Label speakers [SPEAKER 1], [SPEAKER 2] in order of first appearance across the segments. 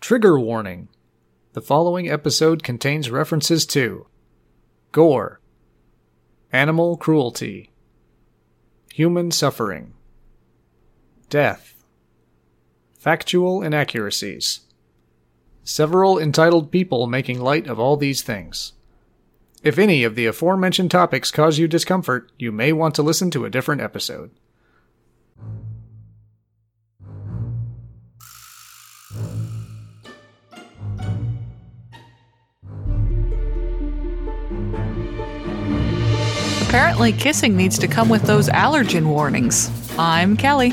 [SPEAKER 1] Trigger warning. The following episode contains references to gore, animal cruelty, human suffering, death, factual inaccuracies, several entitled people making light of all these things. If any of the aforementioned topics cause you discomfort, you may want to listen to a different episode.
[SPEAKER 2] Apparently, kissing needs to come with those allergen warnings. I'm Kelly.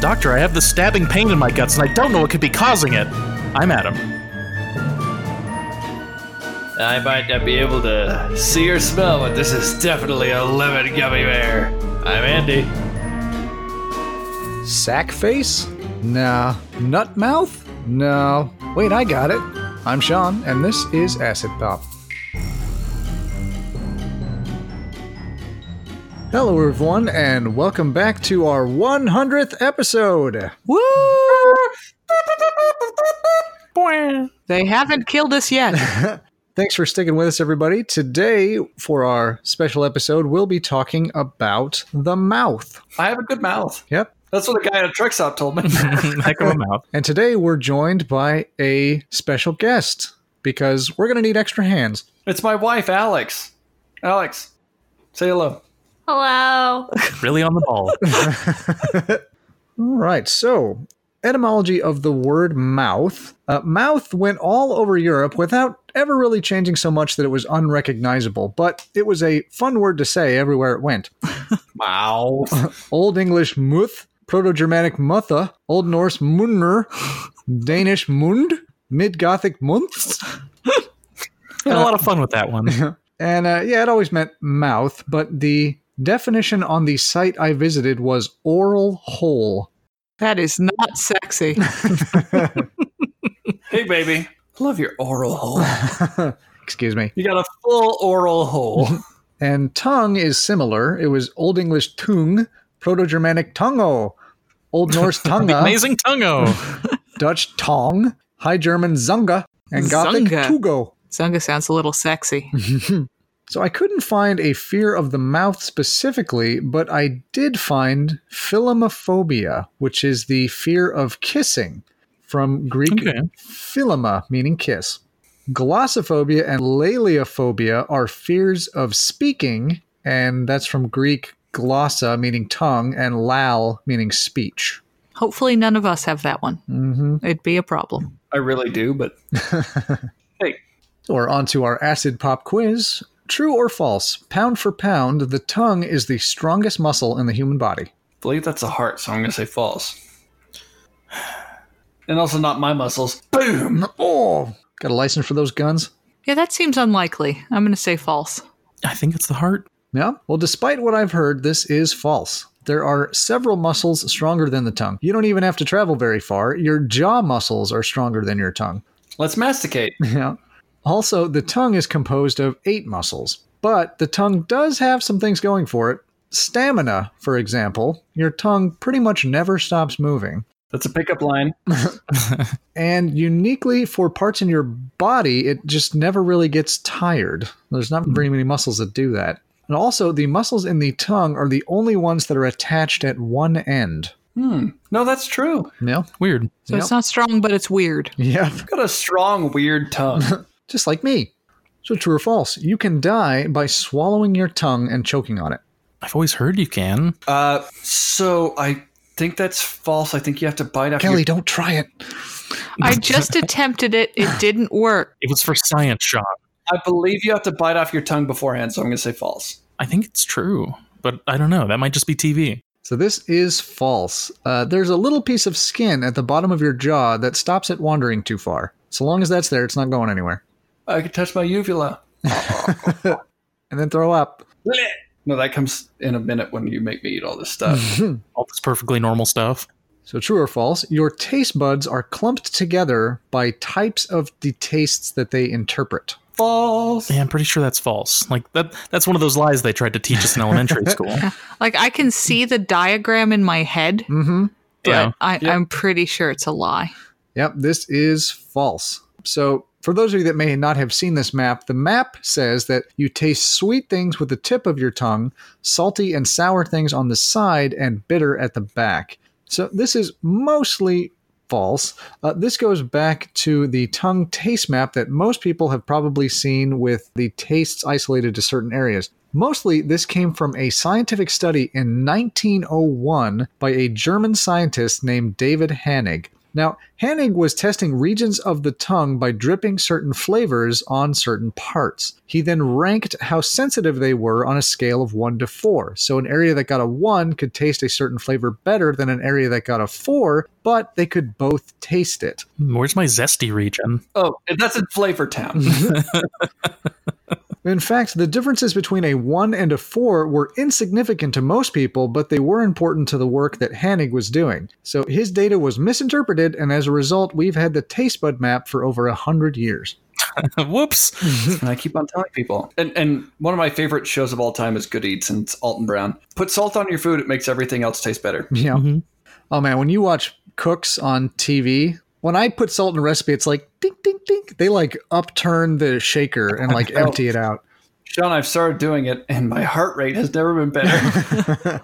[SPEAKER 3] Doctor, I have this stabbing pain in my guts and I don't know what could be causing it. I'm Adam.
[SPEAKER 4] I might not be able to see or smell, but this is definitely a lemon gummy bear. I'm Andy.
[SPEAKER 1] Sack face? Nah. Nut mouth? No. Wait, I got it. I'm Sean, and this is Acid Pop. Hello, everyone, and welcome back to our 100th episode.
[SPEAKER 2] Woo! They haven't killed us yet.
[SPEAKER 1] Thanks for sticking with us, everybody. Today, for our special episode, we'll be talking about the mouth.
[SPEAKER 5] I have a good mouth.
[SPEAKER 1] Yep,
[SPEAKER 5] That's what the guy at a truck stop told me.
[SPEAKER 3] Heck of a mouth.
[SPEAKER 1] And today we're joined by a special guest because we're going to need extra hands.
[SPEAKER 5] it's my wife, Alex. Alex, say hello.
[SPEAKER 6] Hello.
[SPEAKER 3] Really on the ball.
[SPEAKER 1] All right, so etymology of the word mouth. Uh, mouth went all over Europe without ever really changing so much that it was unrecognizable, but it was a fun word to say everywhere it went.
[SPEAKER 5] Wow.
[SPEAKER 1] Old English muth, Proto Germanic mutha, Old Norse munner, Danish mund, Mid Gothic munths.
[SPEAKER 3] Had a lot of fun with that one.
[SPEAKER 1] And uh, yeah, it always meant mouth, but the definition on the site I visited was oral hole.
[SPEAKER 2] That is not sexy.
[SPEAKER 5] hey, baby. I love your oral hole.
[SPEAKER 1] Excuse me.
[SPEAKER 5] You got a full oral hole.
[SPEAKER 1] And tongue is similar. It was Old English tung, Proto Germanic tungo, Old Norse tunga,
[SPEAKER 3] Amazing Tungo.
[SPEAKER 1] Dutch tong, High German zunga, and Gothic
[SPEAKER 2] Zunga.
[SPEAKER 1] tugo.
[SPEAKER 2] Zunga sounds a little sexy.
[SPEAKER 1] So I couldn't find a fear of the mouth specifically, but I did find philomophobia, which is the fear of kissing from Greek
[SPEAKER 3] Okay.
[SPEAKER 1] philoma, meaning kiss. Glossophobia and laliophobia are fears of speaking, and that's from Greek glossa, meaning tongue, and lal, meaning speech.
[SPEAKER 2] Hopefully, none of us have that one. It'd be a problem.
[SPEAKER 5] I really do, but
[SPEAKER 1] Or onto our acid pop quiz. True or false? Pound for pound, the tongue is the strongest muscle in the human body.
[SPEAKER 5] I believe that's a heart, so I'm going to say false. And also not my muscles. Boom.
[SPEAKER 1] Oh, got a license for those guns?
[SPEAKER 2] Yeah, that seems unlikely. I'm going to say false.
[SPEAKER 3] I think it's the heart.
[SPEAKER 1] Yeah. Well, despite what I've heard, this is false. There are several muscles stronger than the tongue. You don't even have to travel very far. Your jaw muscles are stronger than your tongue.
[SPEAKER 5] Let's masticate.
[SPEAKER 1] Yeah. Also, the tongue is composed of eight muscles, but the tongue does have some things going for it. Stamina, for example, your tongue pretty much never stops moving.
[SPEAKER 5] That's a pickup line.
[SPEAKER 1] And uniquely for parts in your body, it just never really gets tired. There's not very many muscles that do that. And also, the muscles in the tongue are the only ones that are attached at one end.
[SPEAKER 5] No, that's true.
[SPEAKER 1] No?
[SPEAKER 3] Weird.
[SPEAKER 2] So
[SPEAKER 1] Yep.
[SPEAKER 2] it's not strong, but it's weird.
[SPEAKER 1] Yep.
[SPEAKER 5] Got a strong, weird tongue.
[SPEAKER 1] Just like me. So, true or false, you can die by swallowing your tongue and choking on it.
[SPEAKER 3] I've always heard you can.
[SPEAKER 5] Uh, so I think that's false. I think you have to bite after.
[SPEAKER 1] Kelly, don't try it.
[SPEAKER 2] I just attempted it, it didn't work.
[SPEAKER 3] It was for science, Sean.
[SPEAKER 5] I believe you have to bite off your tongue beforehand, so I'm going to say false.
[SPEAKER 3] I think it's true, but I don't know. That might just be TV.
[SPEAKER 1] So, this is false. Uh, there's a little piece of skin at the bottom of your jaw that stops it wandering too far. So long as that's there, it's not going anywhere.
[SPEAKER 5] I could touch my uvula.
[SPEAKER 1] And then throw up.
[SPEAKER 5] Blech. No, that comes in a minute when you make me eat all this stuff.
[SPEAKER 3] All this perfectly normal stuff.
[SPEAKER 1] So, true or false, your taste buds are clumped together by types of the tastes that they interpret.
[SPEAKER 5] False.
[SPEAKER 3] Yeah, I'm pretty sure that's false. Like that that's one of those lies they tried to teach us in elementary school.
[SPEAKER 2] Like, I can see the diagram in my head,
[SPEAKER 1] Mm hmm.
[SPEAKER 2] but
[SPEAKER 3] Yeah.
[SPEAKER 2] I, I'm pretty sure it's a lie.
[SPEAKER 1] Yep, this is false. So, for those of you that may not have seen this map, the map says that you taste sweet things with the tip of your tongue, salty and sour things on the side, and bitter at the back. So, this is mostly false. Uh, this goes back to the tongue taste map that most people have probably seen with the tastes isolated to certain areas. Mostly, this came from a scientific study in 1901 by a German scientist named David Hannig. Now, Hannig was testing regions of the tongue by dripping certain flavors on certain parts. He then ranked how sensitive they were on a scale of 1 to 4. So, an area that got a 1 could taste a certain flavor better than an area that got a 4, but they could both taste it.
[SPEAKER 3] Hmm, Where's my zesty region?
[SPEAKER 5] Oh, and that's in Flavor Town.
[SPEAKER 1] In fact, the differences between a 1 and a 4 were insignificant to most people, but they were important to the work that Hannig was doing. So his data was misinterpreted, and as a result, we've had the taste bud map for over a hundred years.
[SPEAKER 3] Whoops.
[SPEAKER 5] and I keep on telling people. And and one of my favorite shows of all time is Good Eats, and it's Alton Brown. Put salt on your food; it makes everything else taste better.
[SPEAKER 1] Yeah. Oh man, when you watch cooks on TV, when I put salt in a recipe, it's like ding ding ding. They like upturn the shaker and like empty it out.
[SPEAKER 5] Sean, I've started doing it, and my heart rate has never been better.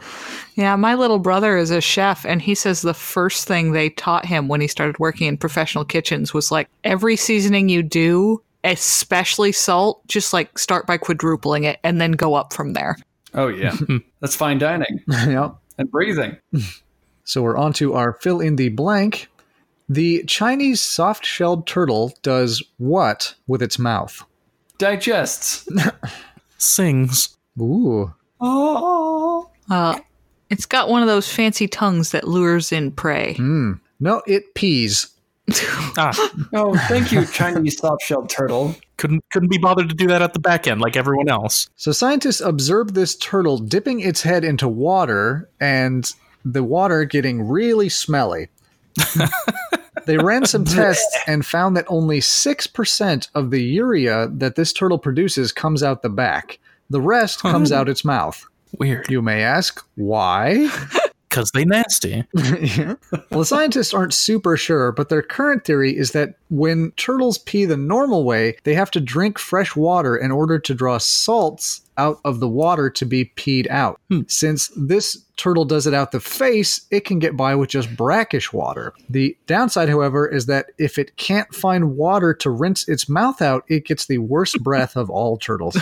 [SPEAKER 2] Yeah, my little brother is a chef, and he says the first thing they taught him when he started working in professional kitchens was like every seasoning you do, especially salt, just like start by quadrupling it and then go up from there.
[SPEAKER 5] oh yeah, that's fine dining
[SPEAKER 1] yeah.
[SPEAKER 5] and breathing.
[SPEAKER 1] So we're on to our fill in the blank. The Chinese soft shelled turtle does what with its mouth?
[SPEAKER 5] Digests.
[SPEAKER 3] Sings.
[SPEAKER 1] Ooh.
[SPEAKER 5] Oh,
[SPEAKER 2] Uh, it's got one of those fancy tongues that lures in prey.
[SPEAKER 1] No, it pees.
[SPEAKER 3] Ah,
[SPEAKER 5] oh, thank you, Chinese soft-shelled turtle.
[SPEAKER 3] couldn't couldn't be bothered to do that at the back end like everyone else.
[SPEAKER 1] So scientists observed this turtle dipping its head into water and the water getting really smelly. they ran some tests and found that only 6% of the urea that this turtle produces comes out the back. The rest comes out its mouth.
[SPEAKER 3] Weird.
[SPEAKER 1] You may ask, why?
[SPEAKER 3] Cause they nasty.
[SPEAKER 1] Well, the scientists aren't super sure, but their current theory is that when turtles pee the normal way, they have to drink fresh water in order to draw salts out of the water to be peed out. Since this turtle does it out the face, it can get by with just brackish water. The downside, however, is that if it can't find water to rinse its mouth out, it gets the worst breath of all turtles.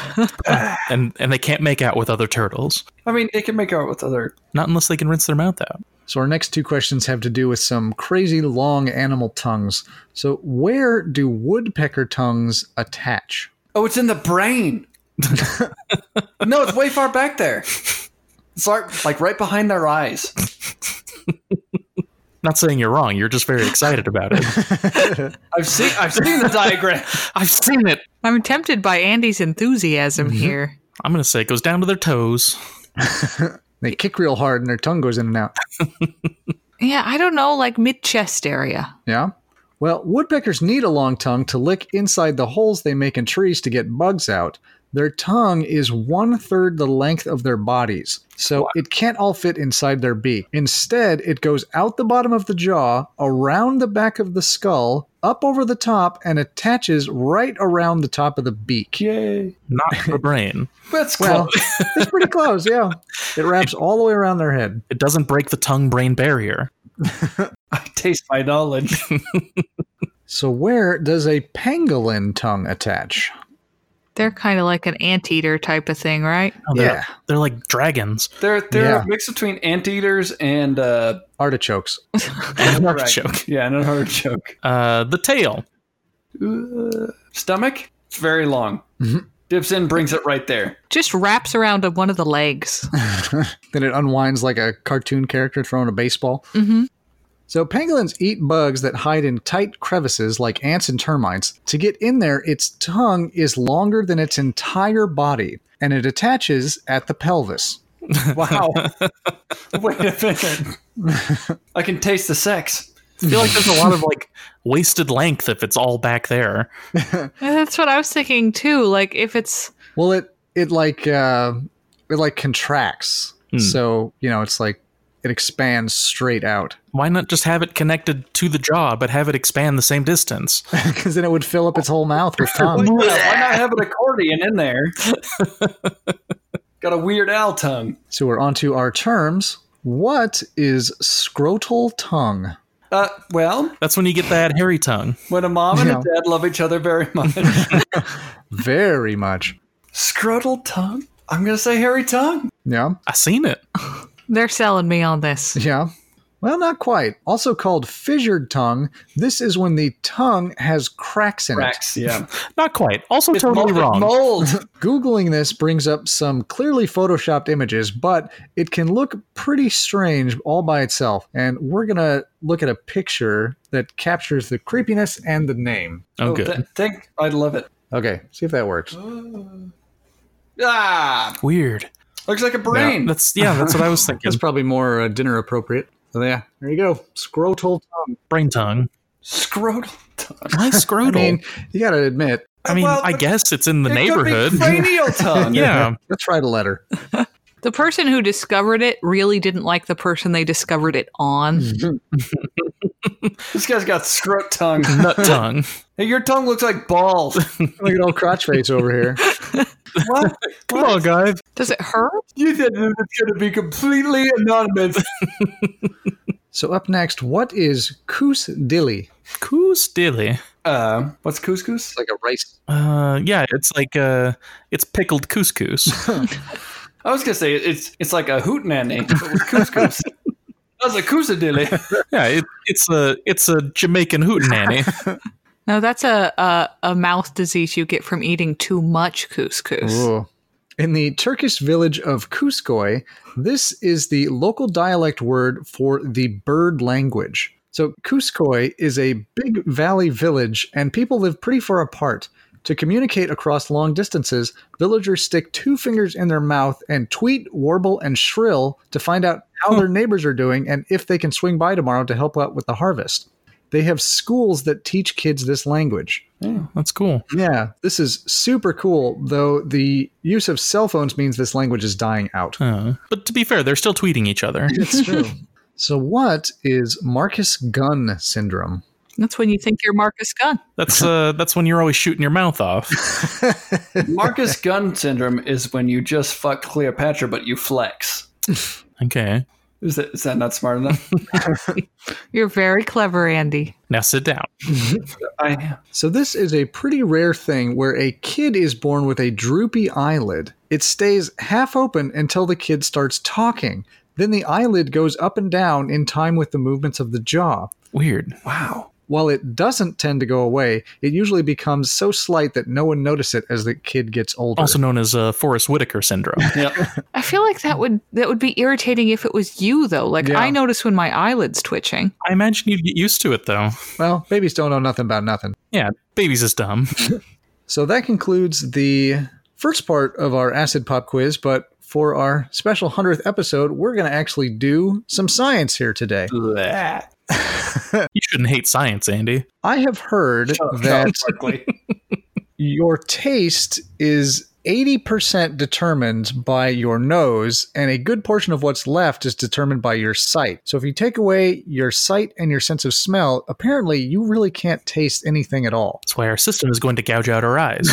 [SPEAKER 3] And and they can't make out with other turtles.
[SPEAKER 5] I mean, they can make out with other.
[SPEAKER 3] Not unless they can rinse their mouth out.
[SPEAKER 1] So, our next two questions have to do with some crazy long animal tongues. So, where do woodpecker tongues attach?
[SPEAKER 5] Oh, it's in the brain. no, it's way far back there. It's like, like right behind their eyes.
[SPEAKER 3] Not saying you're wrong, you're just very excited about it.
[SPEAKER 5] I've seen I've seen the diagram.
[SPEAKER 3] I've seen it.
[SPEAKER 2] I'm tempted by Andy's enthusiasm here.
[SPEAKER 3] I'm gonna say it goes down to their toes.
[SPEAKER 1] They kick real hard and their tongue goes in and out.
[SPEAKER 2] Yeah, I don't know, like mid chest area.
[SPEAKER 1] Yeah? Well, woodpeckers need a long tongue to lick inside the holes they make in trees to get bugs out. Their tongue is one third the length of their bodies, so it can't all fit inside their beak. Instead, it goes out the bottom of the jaw, around the back of the skull, up over the top, and attaches right around the top of the beak.
[SPEAKER 5] Yay!
[SPEAKER 3] Not the brain.
[SPEAKER 5] That's cool.
[SPEAKER 1] Well, it's pretty close, yeah. It wraps all the way around their head.
[SPEAKER 3] It doesn't break the tongue brain barrier.
[SPEAKER 5] I taste my knowledge.
[SPEAKER 1] So, where does a pangolin tongue attach?
[SPEAKER 2] They're kind of like an anteater type of thing, right?
[SPEAKER 3] Oh, they're,
[SPEAKER 1] Yeah.
[SPEAKER 3] they're like dragons.
[SPEAKER 5] They're they're
[SPEAKER 1] Yeah.
[SPEAKER 5] a mix between anteaters and uh
[SPEAKER 1] Artichokes.
[SPEAKER 3] An
[SPEAKER 5] Correct.
[SPEAKER 3] artichoke.
[SPEAKER 5] yeah, and an artichoke.
[SPEAKER 3] Uh, the tail.
[SPEAKER 5] Uh, stomach? It's very long. Dips in, brings it right there.
[SPEAKER 2] Just wraps around one of the legs.
[SPEAKER 1] Then it unwinds like a cartoon character throwing a baseball. Mm-hmm. So, pangolins eat bugs that hide in tight crevices like ants and termites. To get in there, its tongue is longer than its entire body, and it attaches at the pelvis.
[SPEAKER 5] Wow. Wait a minute. I can taste the sex.
[SPEAKER 3] I feel like there's a lot of like wasted length if it's all back there.
[SPEAKER 2] Yeah, That's what I was thinking too. Like if it's
[SPEAKER 1] Well, it it like uh, it like contracts. So you know, it's like It expands straight out
[SPEAKER 3] Why not just have it connected to the jaw, but have it expand the same distance?
[SPEAKER 1] because then it would fill up its whole mouth with tongue.
[SPEAKER 5] Yeah, why not have an accordion in there? Got a weird owl tongue.
[SPEAKER 1] so we're onto our terms. What is scrotal tongue?
[SPEAKER 5] Uh, well,
[SPEAKER 3] That's when you get that hairy tongue.
[SPEAKER 5] when a mom and
[SPEAKER 1] Yeah.
[SPEAKER 5] a dad love each other very much,
[SPEAKER 1] Very much.
[SPEAKER 5] scrotal tongue. I'm gonna say hairy tongue.
[SPEAKER 1] Yeah.
[SPEAKER 3] I seen it.
[SPEAKER 2] They're selling me on this.
[SPEAKER 1] Yeah. Well, not quite. Also called fissured tongue, this is when the tongue has cracks in
[SPEAKER 5] Rex, yeah.
[SPEAKER 3] Not quite. Also totally
[SPEAKER 5] molded
[SPEAKER 3] wrong.
[SPEAKER 5] Mold.
[SPEAKER 1] it. Googling this brings up some clearly photoshopped images, but it can look pretty strange all by itself. And we're going to look at a picture that captures the creepiness and the name.
[SPEAKER 3] oh, good.
[SPEAKER 5] th- think I'd love it.
[SPEAKER 1] Okay, see if that works.
[SPEAKER 5] Ah,
[SPEAKER 3] Weird.
[SPEAKER 5] looks like a brain.
[SPEAKER 3] That's yeah. That's what I was thinking.
[SPEAKER 1] That's probably more uh, dinner appropriate. So, yeah, there you go. Scrotal tongue.
[SPEAKER 3] Brain tongue.
[SPEAKER 5] scrotal tongue.
[SPEAKER 3] Why scrotal?
[SPEAKER 1] I mean, you got to admit,
[SPEAKER 3] I, mean,
[SPEAKER 5] Well,
[SPEAKER 3] I guess it's in the
[SPEAKER 5] It could be
[SPEAKER 3] neighborhood.
[SPEAKER 5] cranial tongue.
[SPEAKER 3] yeah.
[SPEAKER 1] let's write a letter.
[SPEAKER 2] The person who discovered it really didn't like the person they discovered it on.
[SPEAKER 5] This guy's got scrot tongue.
[SPEAKER 3] Nut tongue.
[SPEAKER 5] Hey, your tongue looks like balls.
[SPEAKER 1] Look at old crotch face over here.
[SPEAKER 5] what?
[SPEAKER 3] Come on, guys.
[SPEAKER 2] Does it hurt?
[SPEAKER 5] You said it was gonna be completely anonymous.
[SPEAKER 1] So up next, what is koos dilly?
[SPEAKER 3] Coos dilly.
[SPEAKER 5] Uh, what's couscous?
[SPEAKER 1] Like a rice.
[SPEAKER 3] Uh, yeah, it's like uh, it's pickled couscous.
[SPEAKER 5] I was gonna say it's it's like a hootenanny but with couscous. That's a cousadilly.
[SPEAKER 3] yeah, it, it's a it's a Jamaican hootenanny.
[SPEAKER 2] No, that's a, a a mouth disease you get from eating too much couscous.
[SPEAKER 1] In the Turkish village of Kuskoy, this is the local dialect word for the bird language. So Kuskoy is a big valley village and people live pretty far apart. To communicate across long distances, villagers stick two fingers in their mouth and tweet, warble, and shrill to find out how their neighbors are doing and if they can swing by tomorrow to help out with the harvest. They have schools that teach kids this language.
[SPEAKER 3] That's cool.
[SPEAKER 1] Yeah, this is super cool, though the use of cell phones means this language is dying out.
[SPEAKER 3] Uh, but to be fair, they're still tweeting each other.
[SPEAKER 1] It's true. so, what is Marcus Gunn syndrome?
[SPEAKER 2] That's when you think you're Marcus Gunn.
[SPEAKER 3] That's uh, that's when you're always shooting your mouth off.
[SPEAKER 5] Marcus Gunn syndrome is when you just fuck Cleopatra, but you flex.
[SPEAKER 3] Okay,
[SPEAKER 5] Is that is that not smart enough?
[SPEAKER 2] You're very clever, Andy.
[SPEAKER 3] now sit down.
[SPEAKER 5] I
[SPEAKER 1] So, this is a pretty rare thing where a kid is born with a droopy eyelid. It stays half open until the kid starts talking. Then the eyelid goes up and down in time with the movements of the jaw.
[SPEAKER 3] Weird.
[SPEAKER 5] wow.
[SPEAKER 1] While it doesn't tend to go away, it usually becomes so slight that no one notices it as the kid gets older.
[SPEAKER 3] Also known as uh, Forrest Whitaker syndrome.
[SPEAKER 5] Yep.
[SPEAKER 2] I feel like that would that would be irritating if it was you though. Like
[SPEAKER 1] Yeah.
[SPEAKER 2] I notice when my eyelids twitching.
[SPEAKER 3] I imagine you'd get used to it though.
[SPEAKER 1] Well, babies don't know nothing about nothing.
[SPEAKER 3] Yeah, babies is dumb.
[SPEAKER 1] So that concludes the first part of our acid pop quiz, but for our special 100th episode, we're going to actually do some science here today.
[SPEAKER 3] You shouldn't hate science, Andy.
[SPEAKER 1] I have heard that your taste is 80% determined by your nose, and a good portion of what's left is determined by your sight. So if you take away your sight and your sense of smell, apparently you really can't taste anything at all.
[SPEAKER 3] That's why our system is going to gouge out our eyes.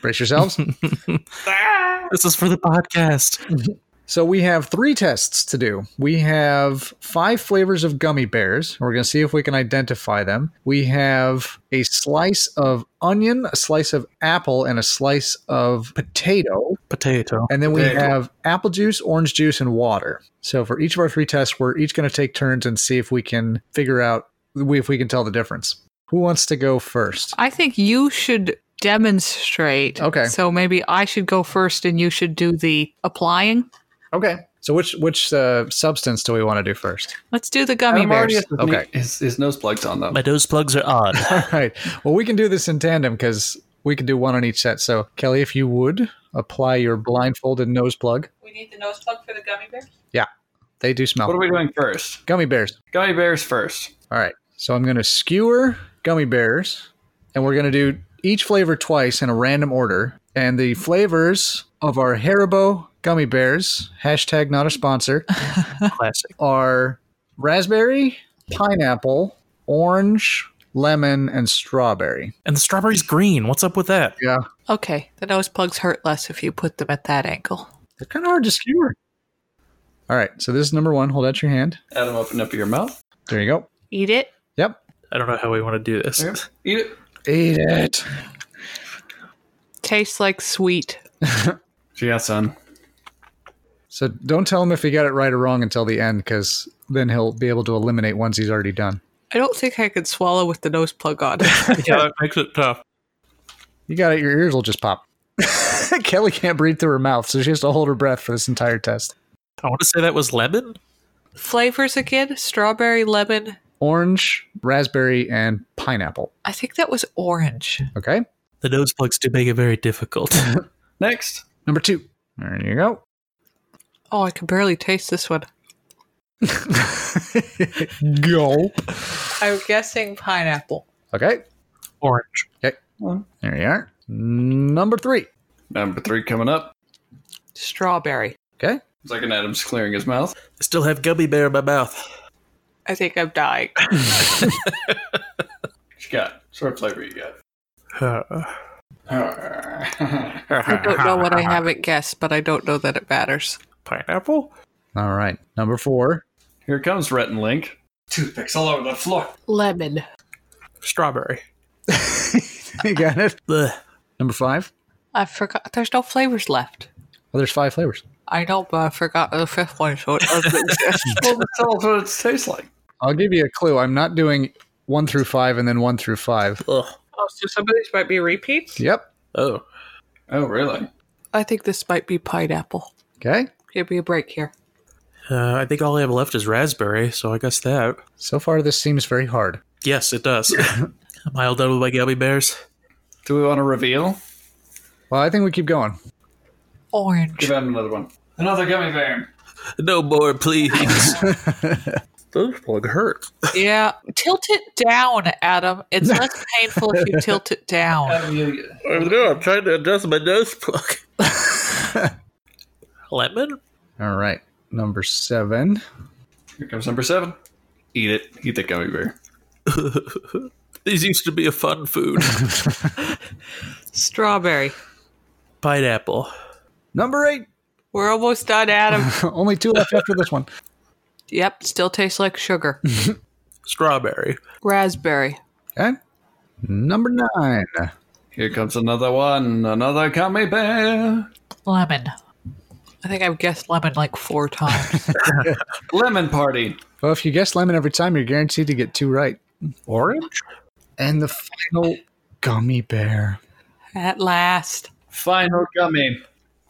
[SPEAKER 1] Brace yourselves.
[SPEAKER 3] this is for the podcast.
[SPEAKER 1] So we have three tests to do. We have five flavors of gummy bears. We're going to see if we can identify them. We have a slice of onion, a slice of apple, and a slice of potato.
[SPEAKER 3] Potato.
[SPEAKER 1] And then we
[SPEAKER 5] Potato.
[SPEAKER 1] have apple juice, orange juice, and water. So for each of our three tests, we're each going to take turns and see if we can figure out if we can tell the difference. Who wants to go first?
[SPEAKER 2] I think you should demonstrate.
[SPEAKER 1] Okay.
[SPEAKER 2] So maybe I should go first and you should do the applying.
[SPEAKER 1] Okay. So which which uh, substance do we want to do first?
[SPEAKER 2] Let's do the gummy
[SPEAKER 5] I'm already
[SPEAKER 2] bears.
[SPEAKER 5] at the
[SPEAKER 1] Okay.
[SPEAKER 5] knee- His, his nose plugs on though.
[SPEAKER 3] My nose plugs are odd.
[SPEAKER 1] All right. Well, we can do this in tandem because we can do one on each set. So, Kelly, if you would apply your blindfolded nose plug,
[SPEAKER 2] We need the nose plug for the gummy bears.
[SPEAKER 1] they do smell.
[SPEAKER 5] What are we doing first?
[SPEAKER 1] gummy bears.
[SPEAKER 5] Gummy bears first.
[SPEAKER 1] All right. So, I'm going to skewer gummy bears, and we're going to do each flavor twice in a random order. And the flavors of our Haribo gummy bears, hashtag not a sponsor,
[SPEAKER 3] Classic.
[SPEAKER 1] are raspberry, pineapple, orange, lemon, and strawberry.
[SPEAKER 3] And the strawberry's green. What's up with that?
[SPEAKER 1] Yeah.
[SPEAKER 2] Okay, the nose plugs hurt less if you put them at that angle.
[SPEAKER 1] They're kind of hard to skewer. All right. So this is number one. Hold out your hand.
[SPEAKER 5] Adam, open up your mouth.
[SPEAKER 1] There you go.
[SPEAKER 2] Eat it.
[SPEAKER 1] Yep.
[SPEAKER 3] I don't know how we want to do this.
[SPEAKER 5] There. Eat it.
[SPEAKER 1] Eat it.
[SPEAKER 2] Tastes like sweet.
[SPEAKER 5] Yeah, son.
[SPEAKER 1] So don't tell him if he got it right or wrong until the end, because then he'll be able to eliminate ones he's already done.
[SPEAKER 2] I don't think I could swallow with the nose plug on.
[SPEAKER 3] Yeah, that makes it tough.
[SPEAKER 1] You got it. Your ears will just pop. Kelly can't breathe through her mouth, so she has to hold her breath for this entire test.
[SPEAKER 3] I want to say that was lemon.
[SPEAKER 2] Flavors again strawberry, lemon.
[SPEAKER 1] Orange, raspberry, and pineapple.
[SPEAKER 2] I think that was orange.
[SPEAKER 1] Okay.
[SPEAKER 3] The nose plugs do make it very difficult.
[SPEAKER 5] Next.
[SPEAKER 1] Number two. There you go.
[SPEAKER 2] Oh, I can barely taste this one.
[SPEAKER 1] Go.
[SPEAKER 2] I'm guessing pineapple.
[SPEAKER 1] Okay.
[SPEAKER 3] Orange.
[SPEAKER 1] There you are. Number three.
[SPEAKER 5] Number three coming up.
[SPEAKER 2] Strawberry.
[SPEAKER 1] Okay.
[SPEAKER 5] It's like an Adam's clearing his mouth.
[SPEAKER 3] I still have gummy bear in my mouth.
[SPEAKER 2] I think I'm dying.
[SPEAKER 5] What you got? Sort of flavor you got?
[SPEAKER 3] Uh,
[SPEAKER 2] I don't know what I haven't guessed, but I don't know that it matters.
[SPEAKER 3] Pineapple?
[SPEAKER 1] All right. Number four.
[SPEAKER 5] Here comes Rhett and Link. Toothpicks all over the floor.
[SPEAKER 2] Lemon.
[SPEAKER 3] Strawberry.
[SPEAKER 1] you got it.
[SPEAKER 3] Blech.
[SPEAKER 1] Number five.
[SPEAKER 2] I forgot. There's no flavors left.
[SPEAKER 1] Well, there's five flavors.
[SPEAKER 2] I know, but I forgot the fifth one, so it doesn't exist.
[SPEAKER 5] Well, tell us what it tastes like.
[SPEAKER 1] I'll give you a clue. I'm not doing one through five and then one through five.
[SPEAKER 3] Ugh.
[SPEAKER 2] oh, so some of these might be repeats?
[SPEAKER 1] Yep.
[SPEAKER 3] Oh.
[SPEAKER 5] Oh, really?
[SPEAKER 2] I think this might be pineapple.
[SPEAKER 1] Okay.
[SPEAKER 2] Give me a break here.
[SPEAKER 3] Uh, I think all I have left is raspberry, so I guess that.
[SPEAKER 1] So far, this seems very hard.
[SPEAKER 3] Yes, it does. Am I all done with my gummy bears?
[SPEAKER 5] Do we want to reveal?
[SPEAKER 1] Well, I think we keep going.
[SPEAKER 2] Orange.
[SPEAKER 5] Give Adam another one. Another gummy bear.
[SPEAKER 3] No more, please. Those plug hurt.
[SPEAKER 2] Yeah. Tilt it down, Adam. It's less painful if you tilt it down.
[SPEAKER 5] Adam, you-
[SPEAKER 3] I know, I'm trying to adjust my nose plug. Lemon?
[SPEAKER 1] All right. Number seven.
[SPEAKER 5] Here comes number seven. Eat it. Eat that gummy bear.
[SPEAKER 3] These used to be a fun food.
[SPEAKER 2] Strawberry.
[SPEAKER 3] Pineapple.
[SPEAKER 1] Number eight.
[SPEAKER 2] We're almost done, Adam.
[SPEAKER 1] Only two left after this one.
[SPEAKER 2] yep. Still tastes like sugar.
[SPEAKER 3] Strawberry.
[SPEAKER 2] Raspberry.
[SPEAKER 1] Okay. Number nine.
[SPEAKER 5] Here comes another one. Another gummy bear.
[SPEAKER 2] Lemon. I think I've guessed lemon like four times.
[SPEAKER 5] Lemon party.
[SPEAKER 1] Well, if you guess lemon every time, you're guaranteed to get two right.
[SPEAKER 3] Orange?
[SPEAKER 1] And the final gummy bear.
[SPEAKER 2] At last.
[SPEAKER 5] Final gummy.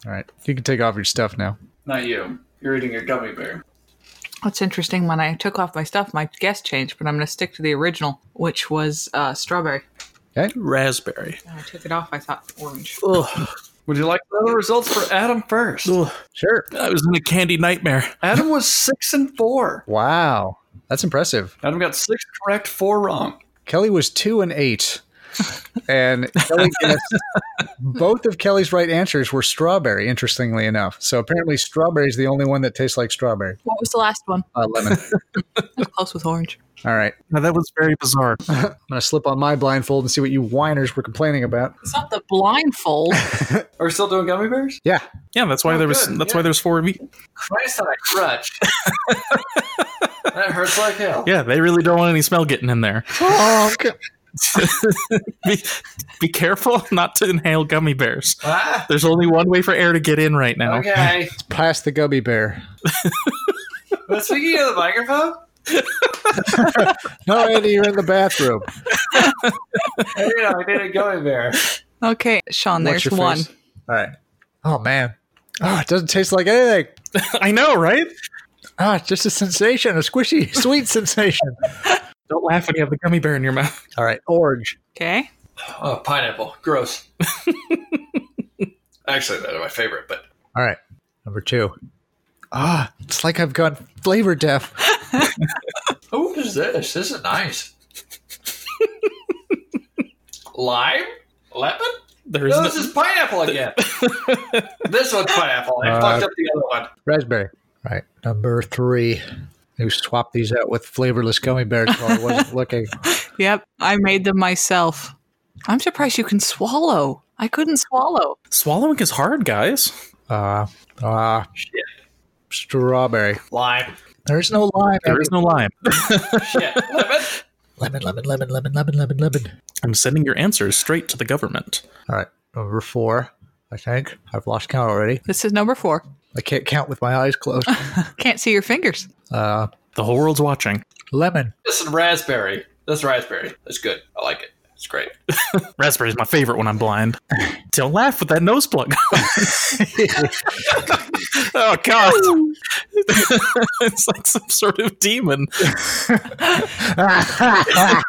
[SPEAKER 1] All right. You can take off your stuff now.
[SPEAKER 5] Not you. You're eating a gummy bear.
[SPEAKER 2] What's interesting, when I took off my stuff, my guess changed, but I'm going to stick to the original, which was uh, strawberry.
[SPEAKER 3] Raspberry.
[SPEAKER 2] When I took it off, I thought orange.
[SPEAKER 3] Ugh.
[SPEAKER 5] Would you like the results for Adam first?
[SPEAKER 3] Ugh.
[SPEAKER 1] Sure.
[SPEAKER 3] I was in a candy nightmare.
[SPEAKER 5] Adam was six and four.
[SPEAKER 1] Wow. That's impressive.
[SPEAKER 5] Adam got six correct, four wrong.
[SPEAKER 1] Kelly was two and eight. And Kelly guessed both of Kelly's right answers were strawberry, interestingly enough. So apparently, strawberry is the only one that tastes like strawberry.
[SPEAKER 2] What was the last one?
[SPEAKER 1] Uh, lemon.
[SPEAKER 2] I was close with orange.
[SPEAKER 1] All right.
[SPEAKER 3] Now that was very bizarre.
[SPEAKER 1] I'm going to slip on my blindfold and see what you whiners were complaining about.
[SPEAKER 2] It's not the blindfold.
[SPEAKER 5] Are we still doing gummy bears?
[SPEAKER 1] Yeah.
[SPEAKER 3] Yeah, that's why
[SPEAKER 5] Oh,
[SPEAKER 3] there was.
[SPEAKER 5] good,
[SPEAKER 3] That's
[SPEAKER 5] yeah.
[SPEAKER 3] why there's four of me.
[SPEAKER 5] Christ on a crutch. that hurts like hell.
[SPEAKER 3] Yeah, they really don't want any smell getting in there.
[SPEAKER 1] Oh,
[SPEAKER 3] be, be careful not to inhale gummy bears.
[SPEAKER 5] Ah,
[SPEAKER 3] There's only one way for air to get in right now.
[SPEAKER 5] okay.
[SPEAKER 1] Past the gummy bear.
[SPEAKER 5] but speaking of the microphone,
[SPEAKER 1] No, Andy, you're in the bathroom.
[SPEAKER 5] I did, I did a gummy bear.
[SPEAKER 2] Okay, Sean,
[SPEAKER 1] What's
[SPEAKER 2] there's one.
[SPEAKER 1] face? All right. Oh, man. Oh, it doesn't taste like anything.
[SPEAKER 3] I know, right?
[SPEAKER 1] Ah, it's just a sensation, a squishy, sweet sensation.
[SPEAKER 3] Don't laugh when you have the gummy bear in your mouth.
[SPEAKER 1] All right. Orange.
[SPEAKER 2] Okay.
[SPEAKER 5] Oh, pineapple. Gross. Actually, that's my favorite, but
[SPEAKER 1] All right. Number two. Ah, it's like I've gone flavor deaf.
[SPEAKER 5] oh, what is this? This is nice. Lime? Lemon?
[SPEAKER 3] There's
[SPEAKER 5] No,
[SPEAKER 3] no,
[SPEAKER 5] this is pineapple again. this one's pineapple. I
[SPEAKER 1] Uh,
[SPEAKER 5] fucked up the other one.
[SPEAKER 1] Raspberry. All right. Number three. You swap these out with flavorless gummy bears while I wasn't looking.
[SPEAKER 2] Yep, I made them myself. I'm surprised you can swallow. I couldn't swallow.
[SPEAKER 3] swallowing is hard, guys.
[SPEAKER 1] Uh, uh,
[SPEAKER 5] Shit.
[SPEAKER 1] Strawberry.
[SPEAKER 5] Lime.
[SPEAKER 1] There's no lime.
[SPEAKER 3] There is no lime.
[SPEAKER 5] Shit. Lemon.
[SPEAKER 1] Lemon, lemon, lemon, lemon, lemon, lemon, lemon.
[SPEAKER 3] I'm sending your answers straight to the government.
[SPEAKER 1] All right. Number four, I think. I've lost count already.
[SPEAKER 2] This is number four.
[SPEAKER 1] I can't count with my eyes closed.
[SPEAKER 2] Can't see your fingers.
[SPEAKER 1] Uh,
[SPEAKER 3] The whole world's watching.
[SPEAKER 1] lemon.
[SPEAKER 5] This is raspberry. This is raspberry. That's good. I like it. It's great.
[SPEAKER 3] Raspberry's my favorite when I'm blind. Don't laugh with that nose plug. oh god. it's like some sort of demon.
[SPEAKER 1] Ah,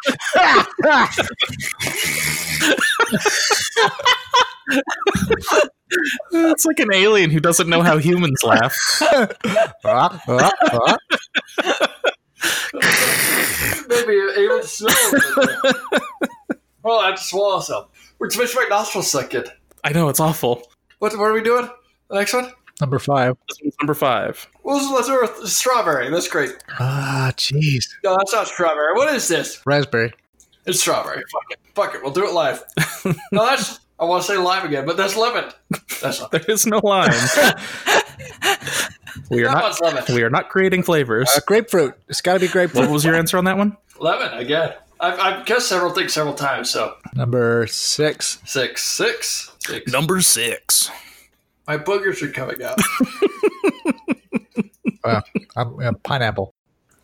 [SPEAKER 3] It's like an alien who doesn't know how humans laugh.
[SPEAKER 1] Uh, uh, uh.
[SPEAKER 5] Maybe you're able to smell it. well, I have to swallow some. Which makes my nostrils suck good.
[SPEAKER 3] I know it's awful.
[SPEAKER 5] What, what are we doing? The next one?
[SPEAKER 1] Number five.
[SPEAKER 3] This one's number five.
[SPEAKER 5] What was the earth? Strawberry. That's great.
[SPEAKER 1] Ah, jeez.
[SPEAKER 5] No, that's not strawberry. What is this?
[SPEAKER 1] Raspberry.
[SPEAKER 5] It's strawberry. Fuck it. Fuck it. We'll do it live. no, that's. I want to say lime again, but that's lemon. That's not.
[SPEAKER 3] There is no lime. we are
[SPEAKER 5] That
[SPEAKER 3] not
[SPEAKER 5] one's lemon.
[SPEAKER 3] we are not creating flavors.
[SPEAKER 1] Uh, grapefruit. It's got to be grapefruit.
[SPEAKER 3] What was your answer on that one?
[SPEAKER 5] Lemon again. I've, I've guessed several things several times, so
[SPEAKER 1] Number six.
[SPEAKER 5] six, six, six.
[SPEAKER 3] Number six.
[SPEAKER 5] My boogers are coming out.
[SPEAKER 1] Uh, I'm, uh, pineapple.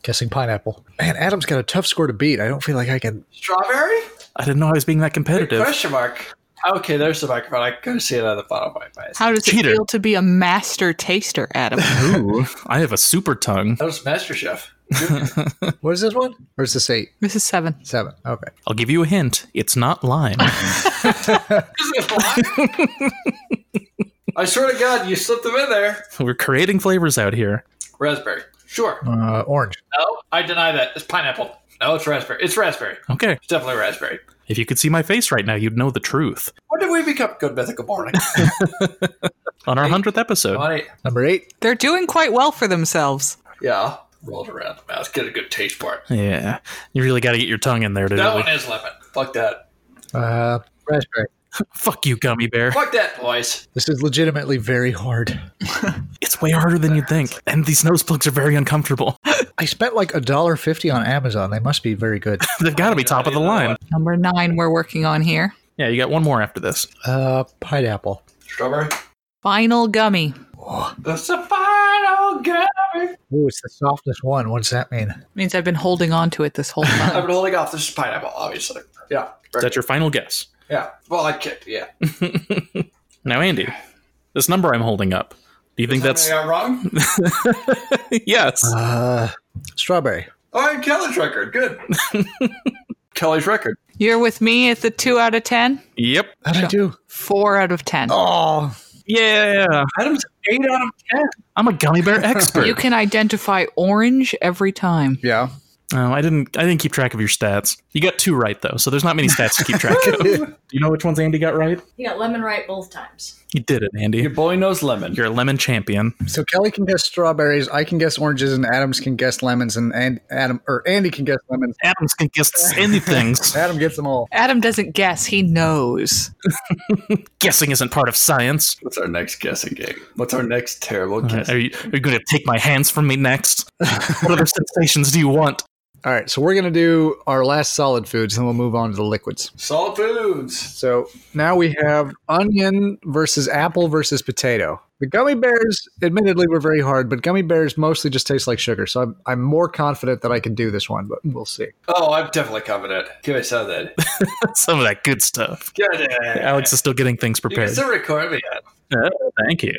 [SPEAKER 1] Guessing pineapple. Man, Adam's got a tough score to beat. I don't feel like I can.
[SPEAKER 5] Strawberry?
[SPEAKER 3] I didn't know I was being that
[SPEAKER 5] Big
[SPEAKER 3] competitive.
[SPEAKER 5] question mark. Okay, there's the microphone. I couldn't see it on the bottom of my face.
[SPEAKER 2] How does
[SPEAKER 3] Cheater.
[SPEAKER 2] it feel to be a master taster, Adam?
[SPEAKER 3] Ooh, I have a super tongue.
[SPEAKER 5] That was Master Chef.
[SPEAKER 1] What is this one? Or is this eight?
[SPEAKER 2] this is seven.
[SPEAKER 1] Seven. Okay.
[SPEAKER 3] I'll give you a hint. It's not lime.
[SPEAKER 5] I swear to God, you slipped them in there.
[SPEAKER 3] We're creating flavors out here.
[SPEAKER 5] Raspberry. Sure.
[SPEAKER 1] Uh, orange.
[SPEAKER 5] No, I deny that. It's pineapple. No, it's raspberry. It's raspberry.
[SPEAKER 3] Okay.
[SPEAKER 5] It's definitely raspberry.
[SPEAKER 3] If you could see my face right now, you'd know the truth.
[SPEAKER 5] When did we become good mythical morning?
[SPEAKER 3] On our 100th episode,
[SPEAKER 5] Money.
[SPEAKER 1] Number eight.
[SPEAKER 2] They're doing quite well for themselves.
[SPEAKER 5] Yeah. Rolled around the mouth. Get a good taste for it.
[SPEAKER 3] yeah, you really got to get your tongue in there to
[SPEAKER 5] That
[SPEAKER 3] really.
[SPEAKER 5] one is lemon. Fuck that.
[SPEAKER 1] Uh, raspberry.
[SPEAKER 3] Fuck you, gummy bear.
[SPEAKER 5] Fuck that, boys.
[SPEAKER 1] This is legitimately very hard.
[SPEAKER 3] It's way harder than you'd think, and these nose plugs are very uncomfortable.
[SPEAKER 1] I spent like a dollar fifty on Amazon. They must be very good.
[SPEAKER 3] They've got to be top of the line.
[SPEAKER 2] Number nine, we're working on here.
[SPEAKER 3] Yeah, you got one more after this.
[SPEAKER 1] Uh, pineapple.
[SPEAKER 5] Strawberry.
[SPEAKER 2] Final gummy.
[SPEAKER 5] That's the final gummy.
[SPEAKER 1] Ooh, it's the softest one. What does that mean?
[SPEAKER 2] Means I've been holding on to it this whole
[SPEAKER 5] I've
[SPEAKER 2] time.
[SPEAKER 5] been holding off. This is pineapple, obviously. Yeah.
[SPEAKER 3] Is that your final guess?
[SPEAKER 5] Yeah. Well, I kicked. Yeah.
[SPEAKER 3] Now, Andy, this number I'm holding up. Do you think that's
[SPEAKER 5] Something I got wrong?
[SPEAKER 3] yes?
[SPEAKER 1] Uh, strawberry.
[SPEAKER 5] Oh, and Kelly's record. Good. Kelly's record.
[SPEAKER 2] You're with me at the two out of ten,
[SPEAKER 3] Yep.
[SPEAKER 1] How'd I do?
[SPEAKER 2] four out of ten.
[SPEAKER 1] Oh,
[SPEAKER 3] Yeah.
[SPEAKER 5] Adam's eight out of ten.
[SPEAKER 3] I'm a gummy bear expert.
[SPEAKER 2] You can identify orange every time.
[SPEAKER 1] yeah.
[SPEAKER 3] Oh, I didn't. I didn't keep track of your stats. You got two right though, so there's not many stats to keep track of. Do you know which ones Andy got right?
[SPEAKER 7] He got lemon right both times.
[SPEAKER 3] You did it, Andy.
[SPEAKER 5] boy knows lemon.
[SPEAKER 3] You're a lemon champion.
[SPEAKER 1] So Kelly can guess strawberries. I can guess oranges, and Adams can guess lemons, and, and Adam or Andy can guess lemons.
[SPEAKER 3] Adams can guess anything.
[SPEAKER 1] Adam gets them all.
[SPEAKER 2] Adam doesn't guess, he knows.
[SPEAKER 3] Guessing isn't part of science.
[SPEAKER 5] What's our next guessing game? What's our next terrible guess?
[SPEAKER 3] Are you, are you going to take my hands from me next? what other sensations do you want?
[SPEAKER 1] All right, so we're gonna do our last solid foods, and we'll move on to the liquids.
[SPEAKER 5] Solid foods.
[SPEAKER 1] So now we have onion versus apple versus potato. The gummy bears, admittedly, were very hard, but gummy bears mostly just taste like sugar. So I'm, I'm more confident that I can do this one, but we'll see.
[SPEAKER 5] Oh, I'm definitely confident. Give me some of that.
[SPEAKER 3] Some of that good stuff.
[SPEAKER 5] Get it.
[SPEAKER 3] Alex is still getting things
[SPEAKER 5] You can
[SPEAKER 3] prepared.
[SPEAKER 5] still record me.
[SPEAKER 3] Oh, thank you.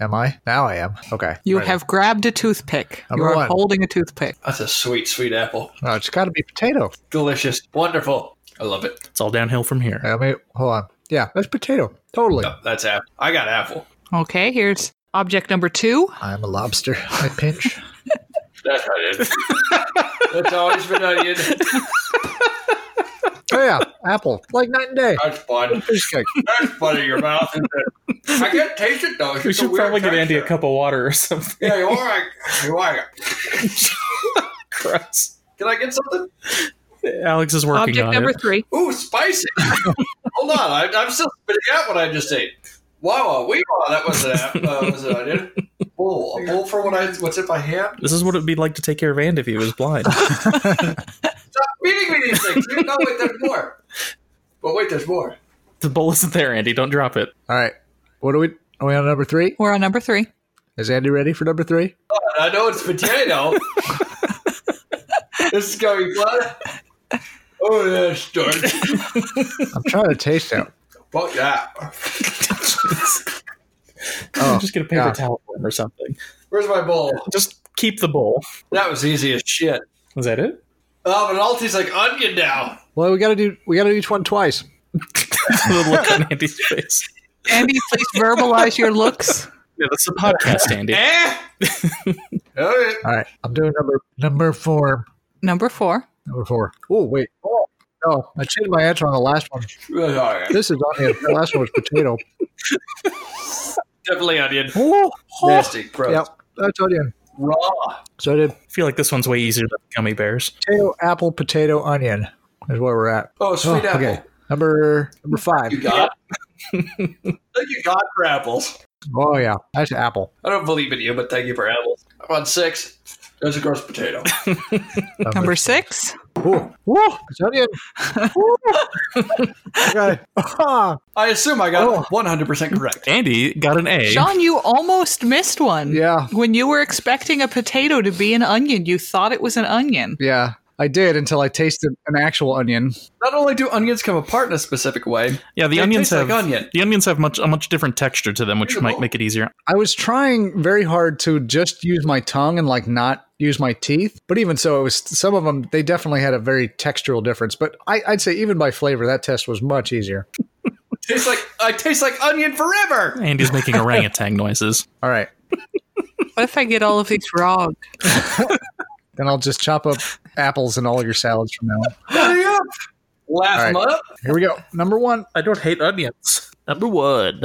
[SPEAKER 1] Am I? Now I am. Okay.
[SPEAKER 2] You
[SPEAKER 1] Right.
[SPEAKER 2] have grabbed a toothpick.
[SPEAKER 1] Number
[SPEAKER 2] you are
[SPEAKER 1] one.
[SPEAKER 2] holding a toothpick.
[SPEAKER 5] That's a sweet, sweet apple.
[SPEAKER 1] Oh, it's got to be potato.
[SPEAKER 5] Delicious. Wonderful. I love it.
[SPEAKER 3] It's all downhill from here.
[SPEAKER 1] I mean, hold on. Yeah, that's potato. Totally.
[SPEAKER 5] Oh, that's apple. I got apple.
[SPEAKER 2] Okay, here's object number two.
[SPEAKER 1] I'm a lobster. I pinch.
[SPEAKER 5] That's how it is. That's always been onion.
[SPEAKER 1] Oh, yeah, apple, like night and day.
[SPEAKER 8] That's fun.
[SPEAKER 1] Fish cake.
[SPEAKER 8] That's fun in your mouth. Isn't
[SPEAKER 5] uh,
[SPEAKER 8] it? I can't taste it though. It's
[SPEAKER 3] We
[SPEAKER 8] just a
[SPEAKER 3] should
[SPEAKER 8] weird
[SPEAKER 3] probably get Andy a
[SPEAKER 8] texture.
[SPEAKER 3] cup of water or something.
[SPEAKER 8] Yeah, you are. You are.
[SPEAKER 3] Gross.
[SPEAKER 5] Can I get something?
[SPEAKER 3] Alex is working
[SPEAKER 2] Object
[SPEAKER 3] on
[SPEAKER 2] number
[SPEAKER 3] it.
[SPEAKER 2] three.
[SPEAKER 5] Ooh, spicy. Hold on, I, I'm still spitting out what I just ate. Wow, wow, wee wow, that was an app. Uh, was it I did? Bowl, a bowl for what I what's in my hand?
[SPEAKER 3] This is what it would be like to take care of Andy if he was blind.
[SPEAKER 5] Stop feeding me these things. No, wait, there's more. But wait, there's more.
[SPEAKER 3] the bowl isn't there, Andy. Don't drop it.
[SPEAKER 1] All right, what are we? Are we on number three?
[SPEAKER 2] We're on number three.
[SPEAKER 1] Is Andy ready for number three?
[SPEAKER 5] I know it's potato. this is going fun.
[SPEAKER 8] Oh, that's good.
[SPEAKER 1] I'm trying to taste it.
[SPEAKER 8] Fuck that.
[SPEAKER 1] Oh,
[SPEAKER 3] just get a paper
[SPEAKER 1] God.
[SPEAKER 3] towel for him or something.
[SPEAKER 5] Where's my bowl?
[SPEAKER 3] Just keep the bowl.
[SPEAKER 5] That was easy as shit.
[SPEAKER 3] Is that it?
[SPEAKER 5] Oh, but Alti's like onion now.
[SPEAKER 1] Well, we gotta do. We gotta do each one twice.
[SPEAKER 3] the look on Andy's face.
[SPEAKER 2] Andy, please verbalize your looks.
[SPEAKER 3] Yeah, that's the podcast, Andy.
[SPEAKER 5] Eh? okay.
[SPEAKER 1] All right, I'm doing number number four.
[SPEAKER 2] Number four.
[SPEAKER 1] Number four. Oh wait. Oh no, I changed my answer on the last one.
[SPEAKER 8] Alright.
[SPEAKER 1] This is on the, the last one was potato.
[SPEAKER 5] Definitely onion.
[SPEAKER 1] Oh,
[SPEAKER 5] Nasty, gross.
[SPEAKER 1] Yep, that's onion.
[SPEAKER 5] Raw.
[SPEAKER 1] So I did
[SPEAKER 3] I feel like this one's way easier than gummy bears.
[SPEAKER 1] potato, apple, potato, onion is where we're at.
[SPEAKER 5] Oh, sweet
[SPEAKER 1] Oh,
[SPEAKER 5] apple.
[SPEAKER 1] okay, number number five.
[SPEAKER 5] You got. Thank you, God, for apples.
[SPEAKER 1] Oh yeah, that's apple.
[SPEAKER 5] I don't believe in you, but thank you for apples. I'm on six.
[SPEAKER 8] That's a gross potato.
[SPEAKER 2] Number six.
[SPEAKER 1] Ooh, ooh, it's onion. Ooh. okay. Ah,
[SPEAKER 5] I assume I got
[SPEAKER 1] Oh.
[SPEAKER 5] 100% correct.
[SPEAKER 3] Andy got an A.
[SPEAKER 2] Sean, you almost missed one.
[SPEAKER 1] Yeah.
[SPEAKER 2] When you were expecting a potato to be an onion, you thought it was an onion.
[SPEAKER 1] yeah, I did until I tasted an actual onion.
[SPEAKER 5] Not only do onions come apart in a specific way,
[SPEAKER 3] yeah, the
[SPEAKER 5] It
[SPEAKER 3] onions
[SPEAKER 5] tastes like
[SPEAKER 3] have
[SPEAKER 5] onion.
[SPEAKER 3] the onions have much a much different texture to them, which
[SPEAKER 5] Here's a
[SPEAKER 3] might
[SPEAKER 5] bowl.
[SPEAKER 3] make it easier.
[SPEAKER 1] I was trying very hard to just use my tongue and like not use my teeth. But even so, it was some of them. They definitely had a very textural difference. But I, I'd say even by flavor, that test was much easier.
[SPEAKER 5] tastes like I taste like onion forever.
[SPEAKER 3] Andy's making orangutan noises.
[SPEAKER 1] All right,
[SPEAKER 2] What if I get all of these wrong?
[SPEAKER 1] then I'll just chop up apples in all your salads from now on.
[SPEAKER 5] Hurry up. Laugh
[SPEAKER 1] All
[SPEAKER 5] 'em
[SPEAKER 1] right.
[SPEAKER 5] up.
[SPEAKER 1] Here we go. Number one.
[SPEAKER 3] I don't hate onions. Number one.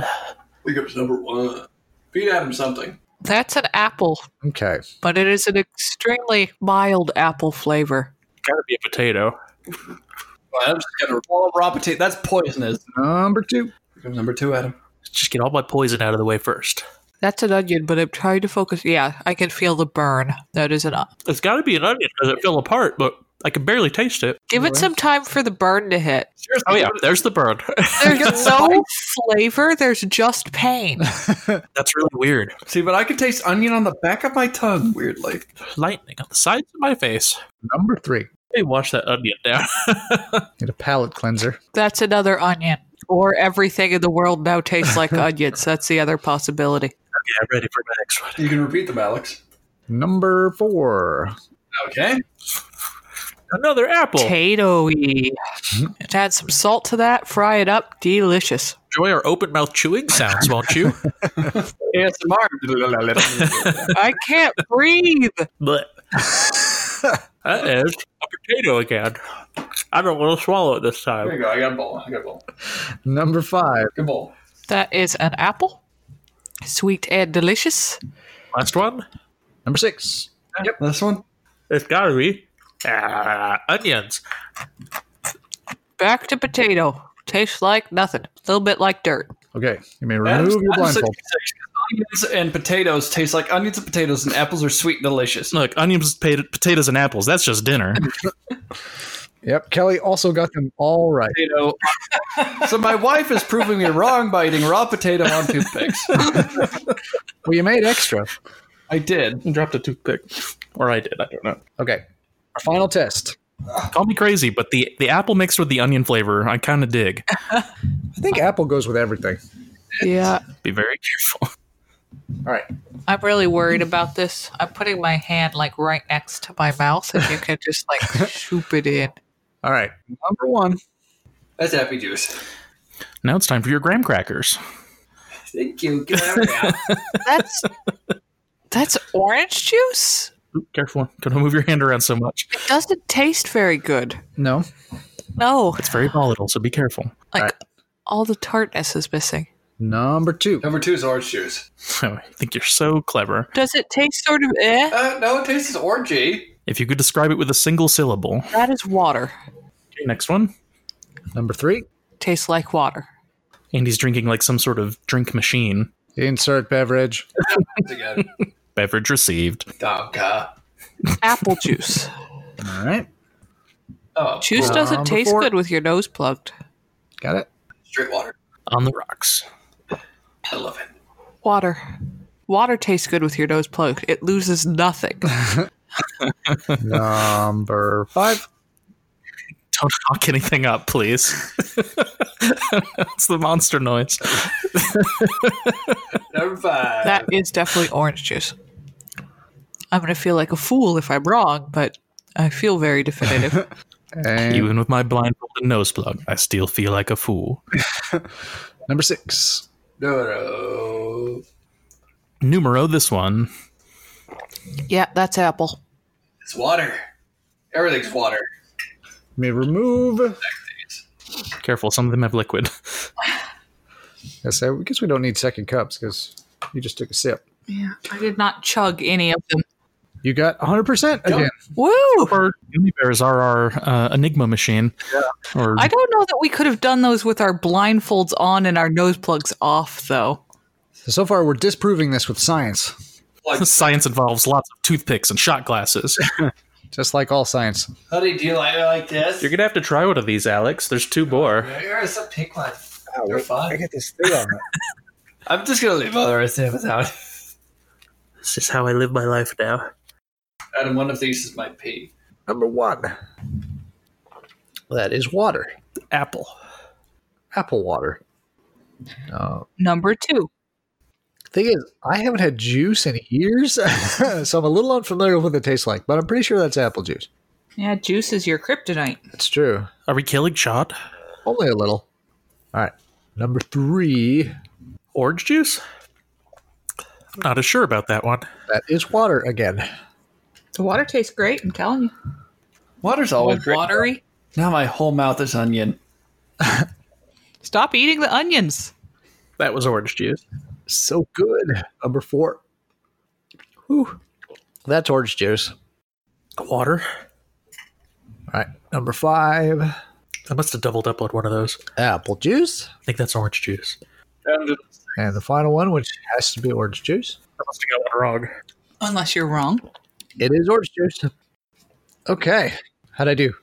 [SPEAKER 8] Pick up number one. Feed Adam something.
[SPEAKER 2] That's an apple,
[SPEAKER 1] Okay.
[SPEAKER 2] but it is an extremely mild apple flavor.
[SPEAKER 3] Gotta be a potato.
[SPEAKER 5] Well, I'm just gonna roll raw potato. That's poisonous.
[SPEAKER 1] Number two.
[SPEAKER 5] Here comes number two, Adam.
[SPEAKER 3] Just get all my poison out of the way first.
[SPEAKER 2] That's an onion, but I'm trying to focus. Yeah, I can feel the burn. That is an.
[SPEAKER 3] It's gotta be an onion because it fell apart, but I can barely taste it.
[SPEAKER 2] Give it some time for the burn to hit.
[SPEAKER 5] Seriously,
[SPEAKER 3] Oh yeah, there's the bird.
[SPEAKER 2] There's no flavor. There's just pain.
[SPEAKER 3] That's really weird.
[SPEAKER 5] See, but I can taste onion on the back of my tongue. Weirdly,
[SPEAKER 3] Lightning on the sides of my face.
[SPEAKER 1] Number three.
[SPEAKER 3] Hey, wash that onion down.
[SPEAKER 1] Get a palate cleanser.
[SPEAKER 2] That's another onion. Or everything in the world now tastes like onions. That's the other possibility.
[SPEAKER 3] Yeah, ready for my next one.
[SPEAKER 8] You can repeat them, Alex.
[SPEAKER 1] Number four.
[SPEAKER 5] okay.
[SPEAKER 3] Another apple.
[SPEAKER 2] Potatoey. Add some salt to that, fry it up. Delicious.
[SPEAKER 3] Enjoy our open mouth chewing sounds, won't you?
[SPEAKER 5] ASMR.
[SPEAKER 2] I can't breathe.
[SPEAKER 3] but that is a potato again. I don't want to swallow it this
[SPEAKER 8] There
[SPEAKER 3] time.
[SPEAKER 8] you go. I got a bowl. I got a bowl.
[SPEAKER 1] Number five.
[SPEAKER 8] Good bowl.
[SPEAKER 2] That is an apple. Sweet and delicious.
[SPEAKER 3] Last one.
[SPEAKER 1] Number six.
[SPEAKER 5] yep, this one.
[SPEAKER 3] It's gotta be ah, onions.
[SPEAKER 2] Back to potato. Tastes like nothing. A little bit like dirt.
[SPEAKER 1] Okay. You may remove
[SPEAKER 5] Adam's-
[SPEAKER 1] your
[SPEAKER 5] Adam's
[SPEAKER 1] blindfold.
[SPEAKER 5] six, 'cause Onions and potatoes taste like onions and potatoes, and apples are sweet and delicious.
[SPEAKER 3] Look, onions, pota- potatoes, and apples. That's just dinner.
[SPEAKER 1] Yep. Kelly also got them all right.
[SPEAKER 5] Potato. so my wife is proving me wrong by eating raw potato on toothpicks.
[SPEAKER 1] Well, you made extra.
[SPEAKER 5] I did.
[SPEAKER 3] Dropped a toothpick, or I did. I don't know.
[SPEAKER 1] Okay. Our final test.
[SPEAKER 3] Call me crazy, but the the apple mixed with the onion flavor, I kind of dig.
[SPEAKER 1] I think apple goes with everything.
[SPEAKER 2] Yeah.
[SPEAKER 3] Be very careful.
[SPEAKER 1] All right.
[SPEAKER 2] I'm really worried about this. I'm putting my hand like right next to my mouth. If you could just like shoop it in.
[SPEAKER 1] All right. Number one.
[SPEAKER 8] That's happy juice.
[SPEAKER 3] Now it's time for your graham crackers.
[SPEAKER 8] Thank you. Get out of here.
[SPEAKER 2] That's that's orange juice.
[SPEAKER 3] Oop, Careful, gonna move your hand around so much.
[SPEAKER 2] It doesn't taste very good.
[SPEAKER 1] No.
[SPEAKER 2] No,
[SPEAKER 3] It's very volatile, so be careful.
[SPEAKER 2] like
[SPEAKER 1] Alright.
[SPEAKER 2] all the tartness is missing.
[SPEAKER 1] Number two.
[SPEAKER 5] Number two is orange juice.
[SPEAKER 3] I Oh, think you're so clever.
[SPEAKER 2] Does it taste sort of eh?
[SPEAKER 5] Uh, no, it tastes orangey.
[SPEAKER 3] If you could describe it with a single syllable.
[SPEAKER 2] That is water.
[SPEAKER 3] Okay, next one.
[SPEAKER 1] Number three.
[SPEAKER 2] Tastes like water.
[SPEAKER 3] Andy's drinking like some sort of drink machine.
[SPEAKER 1] Insert beverage.
[SPEAKER 5] Once again,
[SPEAKER 3] Beverage received.
[SPEAKER 8] uh,
[SPEAKER 5] Donka.
[SPEAKER 2] Apple juice.
[SPEAKER 1] All right.
[SPEAKER 5] Oh,
[SPEAKER 2] Juice doesn't
[SPEAKER 1] Number
[SPEAKER 2] taste
[SPEAKER 1] four.
[SPEAKER 2] good with your nose plugged.
[SPEAKER 1] Got it.
[SPEAKER 5] straight water.
[SPEAKER 3] On the rocks.
[SPEAKER 5] I love it.
[SPEAKER 2] Water. Water tastes good with your nose plugged. It loses nothing.
[SPEAKER 1] Number five.
[SPEAKER 3] Don't knock anything up, please. it's the monster noise.
[SPEAKER 5] Number five.
[SPEAKER 2] that is definitely orange juice. I'm going to feel like a fool if I'm wrong, but I feel very definitive.
[SPEAKER 1] And
[SPEAKER 3] Even with my blindfold and nose plug, I still feel like a fool.
[SPEAKER 1] number six.
[SPEAKER 5] No, no.
[SPEAKER 3] Numero this one.
[SPEAKER 2] yeah, that's apple.
[SPEAKER 5] It's water. Everything's water.
[SPEAKER 1] May remove.
[SPEAKER 3] Careful, some of them have liquid.
[SPEAKER 1] I say, I guess we don't need second cups because you just took a sip.
[SPEAKER 2] Yeah, I did not chug any of them.
[SPEAKER 1] You got 100% again.
[SPEAKER 2] Woo!
[SPEAKER 3] Or gummy bears are our uh, enigma machine. Yeah. Or
[SPEAKER 2] I don't know that we could have done those with our blindfolds on and our nose plugs off, though.
[SPEAKER 1] So far, we're disproving this with science,
[SPEAKER 3] science involves lots of toothpicks and shot glasses.
[SPEAKER 1] just like all science.
[SPEAKER 5] Honey, do you like it like this?
[SPEAKER 3] You're gonna have to try one of these, Alex. There's two more.
[SPEAKER 5] Here's a pink one.
[SPEAKER 8] Oh,
[SPEAKER 5] They're
[SPEAKER 8] wait, I
[SPEAKER 5] fine.
[SPEAKER 8] got this thing on.
[SPEAKER 5] I'm just gonna leave all the rest of it out.
[SPEAKER 3] This is how I live my life now.
[SPEAKER 5] Adam, one of these is my pee.
[SPEAKER 1] Number one. That is water.
[SPEAKER 3] Apple.
[SPEAKER 1] Apple water. Uh,
[SPEAKER 2] Number two.
[SPEAKER 1] thing is, I haven't had juice in years, so I'm a little unfamiliar with what it tastes like, but I'm pretty sure that's apple juice.
[SPEAKER 2] Yeah, juice is your kryptonite.
[SPEAKER 1] It's true.
[SPEAKER 3] Are we killing shot?
[SPEAKER 1] Only a little. All right. Number three.
[SPEAKER 3] Orange juice? I'm not as sure about that one.
[SPEAKER 1] That is water again.
[SPEAKER 2] The water tastes great, I'm telling you.
[SPEAKER 5] Water's always great.
[SPEAKER 2] watery.
[SPEAKER 5] Now my whole mouth is onion.
[SPEAKER 2] Stop eating the onions.
[SPEAKER 3] That was orange juice.
[SPEAKER 1] So good. Number four. Whew. That's orange juice.
[SPEAKER 3] Water.
[SPEAKER 1] All right. Number five.
[SPEAKER 3] I must have doubled up on one of those.
[SPEAKER 1] Apple juice.
[SPEAKER 3] I think that's orange juice.
[SPEAKER 1] And the final one, which has to be orange juice.
[SPEAKER 3] I must have got one wrong.
[SPEAKER 2] Unless you're wrong.
[SPEAKER 1] It is orange juice. Okay. How'd I do?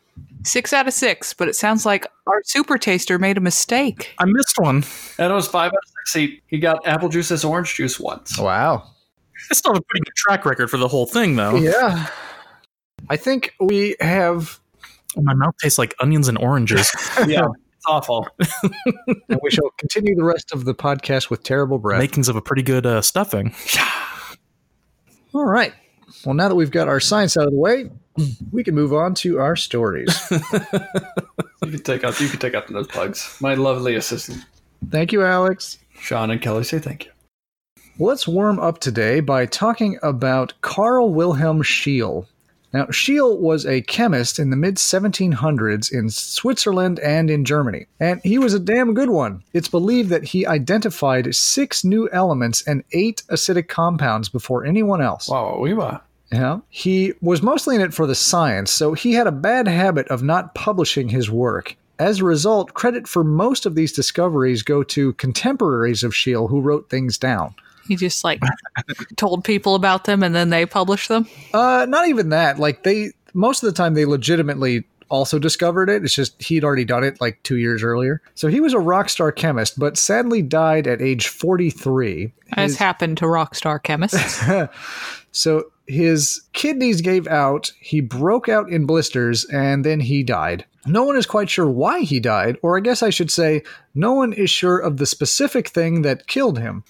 [SPEAKER 2] Six out of six, but it sounds like our super taster made a mistake.
[SPEAKER 3] I missed one.
[SPEAKER 5] Adam's five out of six. He, he got apple juice as orange juice once.
[SPEAKER 1] Wow.
[SPEAKER 3] I still have a pretty good track record for the whole thing, though.
[SPEAKER 1] Yeah. I think we have.
[SPEAKER 3] My mouth tastes like onions and oranges.
[SPEAKER 5] yeah, it's awful.
[SPEAKER 1] and we shall continue the rest of the podcast with terrible breath.
[SPEAKER 3] Makings of a pretty good uh, stuffing.
[SPEAKER 1] All right. Well, now that we've got our science out of the way, we can move on to our stories.
[SPEAKER 5] You can take out you can take out the nose plugs. My lovely assistant,
[SPEAKER 1] Thank you, Alex.
[SPEAKER 5] Sean and Kelly, say thank you.
[SPEAKER 1] Let's warm up today by talking about Carl Wilhelm Scheele. Now, Scheele was a chemist in the mid 1700s in Switzerland and in Germany, and he was a damn good one. It's believed that he identified six new elements and eight acidic compounds before anyone else.
[SPEAKER 5] Wow, we were.
[SPEAKER 1] Yeah. He was mostly in it for the science, so he had a bad habit of not publishing his work. As a result, credit for most of these discoveries go to contemporaries of Scheele who wrote things down.
[SPEAKER 2] He just like told people about them and then they published them.
[SPEAKER 1] Uh, not even that. Like they, most of the time, they legitimately also discovered it. It's just he'd already done it like two years earlier. So he was a rock star chemist, but sadly died at age 43.
[SPEAKER 2] As happened to rock star chemists.
[SPEAKER 1] So his kidneys gave out, he broke out in blisters, and then he died. No one is quite sure why he died, or I guess I should say, no one is sure of the specific thing that killed him.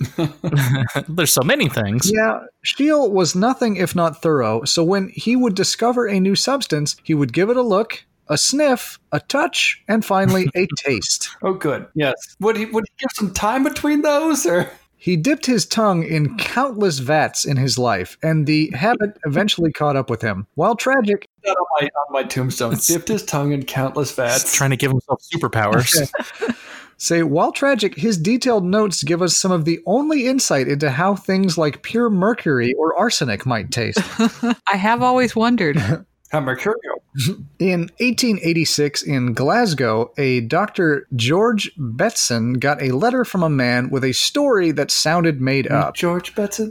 [SPEAKER 3] There's so many things.
[SPEAKER 1] Yeah, Steele was nothing if not thorough, so when he would discover a new substance, he would give it a look, a sniff, a touch, and finally a taste.
[SPEAKER 5] Oh, good. Yes. Would he would he give some time between those, or
[SPEAKER 1] He dipped his tongue in countless vats in his life, and the habit eventually caught up with him. While tragic,
[SPEAKER 5] That on my, on my tombstone. Dipped his tongue in countless vats.
[SPEAKER 3] trying to give himself superpowers.
[SPEAKER 1] Say, while tragic, his detailed notes give us some of the only insight into how things like pure mercury or arsenic might taste.
[SPEAKER 2] I have always wondered.
[SPEAKER 5] How mercurial.
[SPEAKER 1] In 1886, in Glasgow, a Dr. George Betson got a letter from a man with a story that sounded made up.
[SPEAKER 5] George Benson.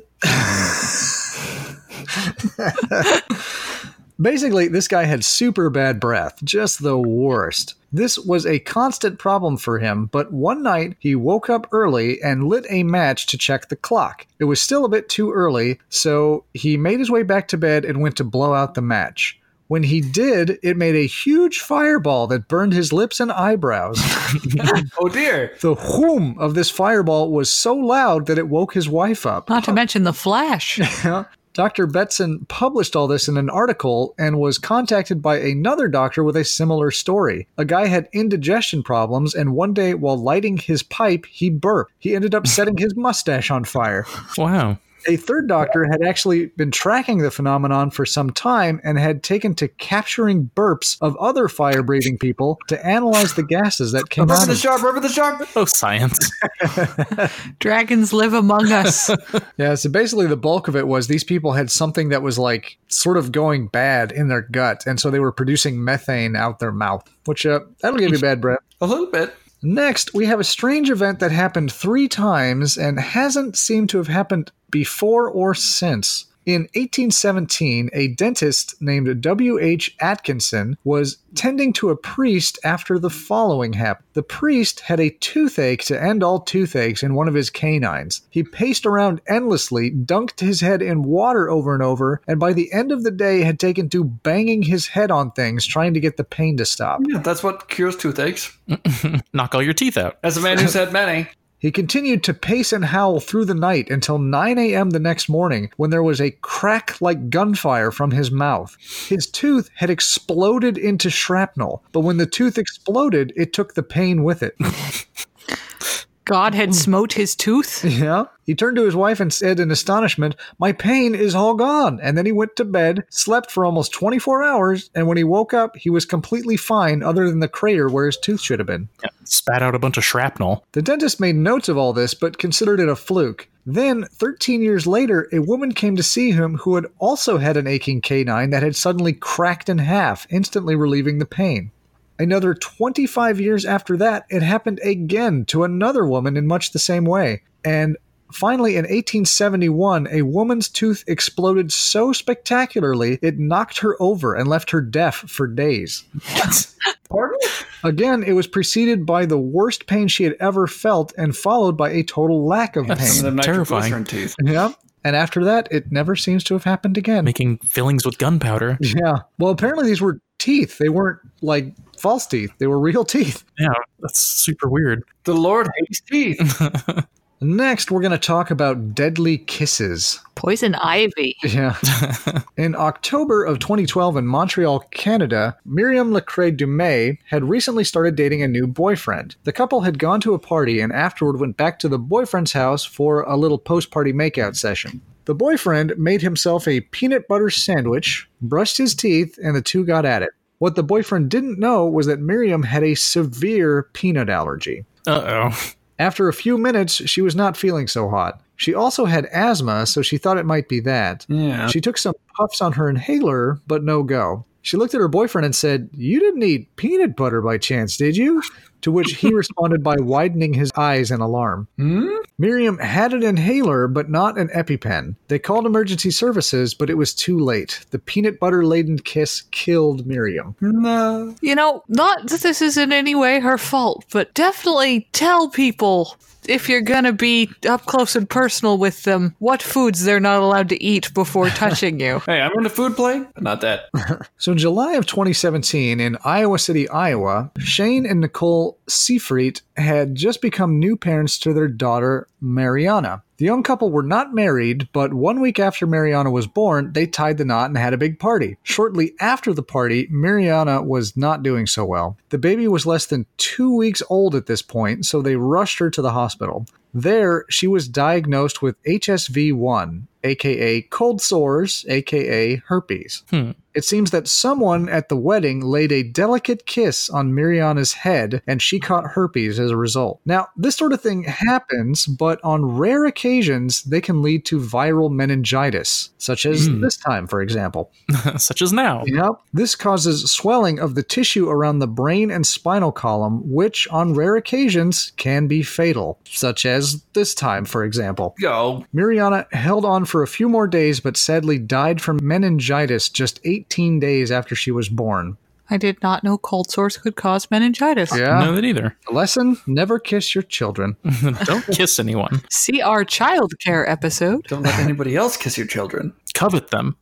[SPEAKER 1] Basically, this guy had super bad breath, just the worst. This was a constant problem for him, but one night he woke up early and lit a match to check the clock. It was still a bit too early, so he made his way back to bed and went to blow out the match. When he did, it made a huge fireball that burned his lips and eyebrows.
[SPEAKER 5] Oh dear.
[SPEAKER 1] The whoom of this fireball was so loud that it woke his wife up.
[SPEAKER 2] Not to mention the Flash.
[SPEAKER 1] Dr. Betson published all this in an article and was contacted by another doctor with a similar story. A guy had indigestion problems, and one day while lighting his pipe, he burped. He ended up setting his mustache on fire.
[SPEAKER 3] wow.
[SPEAKER 1] A third doctor had actually been tracking the phenomenon for some time and had taken to capturing burps of other fire breathing people to analyze the gases that came out.
[SPEAKER 5] Remember the
[SPEAKER 1] Of-
[SPEAKER 5] shark. Remember the shark.
[SPEAKER 3] Oh, science.
[SPEAKER 2] Dragons live among us.
[SPEAKER 1] yeah, so basically, the bulk of it was these people had something that was like sort of going bad in their gut, and so they were producing methane out their mouth, which uh, that'll give you bad breath.
[SPEAKER 5] A little bit.
[SPEAKER 1] Next, we have a strange event that happened three times and hasn't seemed to have happened before or since. In 1817, a dentist named W.H. Atkinson was tending to a priest after the following happened. The priest had a toothache to end all toothaches in one of his canines. He paced around endlessly, dunked his head in water over and over, and by the end of the day had taken to banging his head on things trying to get the pain to stop.
[SPEAKER 5] Yeah, that's what cures toothaches.
[SPEAKER 3] Knock all your teeth out.
[SPEAKER 5] As a man who's had many.
[SPEAKER 1] He continued to pace and howl through the night until 9 a.m. the next morning when there was a crack like gunfire from his mouth. His tooth had exploded into shrapnel, but when the tooth exploded, it took the pain with it.
[SPEAKER 2] God had smote his tooth.
[SPEAKER 1] yeah. He turned to his wife and said in astonishment, My pain is all gone. And then he went to bed, slept for almost 24 hours, and when he woke up, he was completely fine other than the crater where his tooth should have been.
[SPEAKER 3] Spat out a bunch of shrapnel.
[SPEAKER 1] The dentist made notes of all this, but considered it a fluke. Then, 13 years later, a woman came to see him who had also had an aching canine that had suddenly cracked in half, instantly relieving the pain. Another 25 years after that, it happened again to another woman in much the same way. And finally, in 1871, a woman's tooth exploded so spectacularly it knocked her over and left her deaf for days. Again, it was preceded by the worst pain she had ever felt and followed by a total lack of
[SPEAKER 5] Some
[SPEAKER 1] pain.
[SPEAKER 5] of them
[SPEAKER 3] Terrifying.
[SPEAKER 5] nitroglycerin teeth.
[SPEAKER 1] Yeah. And after that, it never seems to have happened again.
[SPEAKER 3] Making fillings with gunpowder.
[SPEAKER 1] yeah. Well, apparently these were teeth. They weren't like false teeth, they were real teeth.
[SPEAKER 3] Yeah, that's super weird.
[SPEAKER 5] The Lord hates teeth.
[SPEAKER 1] Next, we're going to talk about deadly kisses.
[SPEAKER 2] Poison ivy.
[SPEAKER 1] Yeah. in October of 2012 in Montreal, Canada, Miriam Lecrae Dumais had recently started dating a new boyfriend. The couple had gone to a party and afterward went back to the boyfriend's house for a little post-party makeout session. The boyfriend made himself a peanut butter sandwich, brushed his teeth, and the two got at it. What the boyfriend didn't know was that Miriam had a severe peanut allergy.
[SPEAKER 3] Uh oh.
[SPEAKER 1] After a few minutes, she was not feeling so hot. She also had asthma, so she thought it might be that.
[SPEAKER 5] Yeah.
[SPEAKER 1] She took some puffs on her inhaler, but no go. She looked at her boyfriend and said, You didn't eat peanut butter by chance, did you? To which he responded by widening his eyes in alarm. Miriam had an inhaler, but not an EpiPen. They called emergency services, but it was too late. The peanut butter laden kiss killed Miriam.
[SPEAKER 5] No.
[SPEAKER 2] You know, not that this is in any way her fault, but definitely tell people if you're going to be up close and personal with them what foods they're not allowed to eat before touching you.
[SPEAKER 5] Hey, I'm in the food plane, but not that.
[SPEAKER 1] So in July of 2017 in Iowa City, Iowa, Shane and Nicole Seifried had just become new parents to their daughter Mariana. The young couple were not married, but one week after Mariana was born, they tied the knot and had a big party. Shortly after the party, Mariana was not doing so well. The baby was less than two weeks old at this point, so they rushed her to the hospital. There, she was diagnosed with HSV1, aka cold sores, aka herpes.
[SPEAKER 3] Hmm.
[SPEAKER 1] It seems that someone at the wedding laid a delicate kiss on Miriana's head, and she caught herpes as a result. Now, this sort of thing happens, but on rare occasions, they can lead to viral meningitis, such as this time, for example.
[SPEAKER 3] Such as now.
[SPEAKER 1] Yep. This causes swelling of the tissue around the brain and spinal column, which on rare occasions can be fatal, such as this time, for example.
[SPEAKER 4] Yo,
[SPEAKER 1] Miriana held on for a few more days, but sadly died from meningitis just 18 days after she was born.
[SPEAKER 2] I did not know cold sores could cause meningitis.
[SPEAKER 1] Yeah.
[SPEAKER 3] No, that either.
[SPEAKER 1] Lesson never kiss your children.
[SPEAKER 3] Don't kiss anyone.
[SPEAKER 2] See our child care episode.
[SPEAKER 5] Don't let anybody else kiss your children.
[SPEAKER 3] Covet them.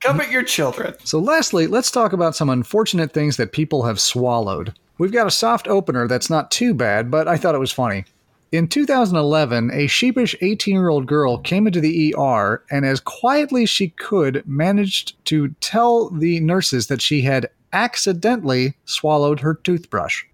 [SPEAKER 5] Covet your children.
[SPEAKER 1] So, lastly, let's talk about some unfortunate things that people have swallowed. We've got a soft opener that's not too bad, but I thought it was funny. In 2011, a sheepish 18 year old girl came into the ER and, as quietly as she could, managed to tell the nurses that she had accidentally swallowed her toothbrush.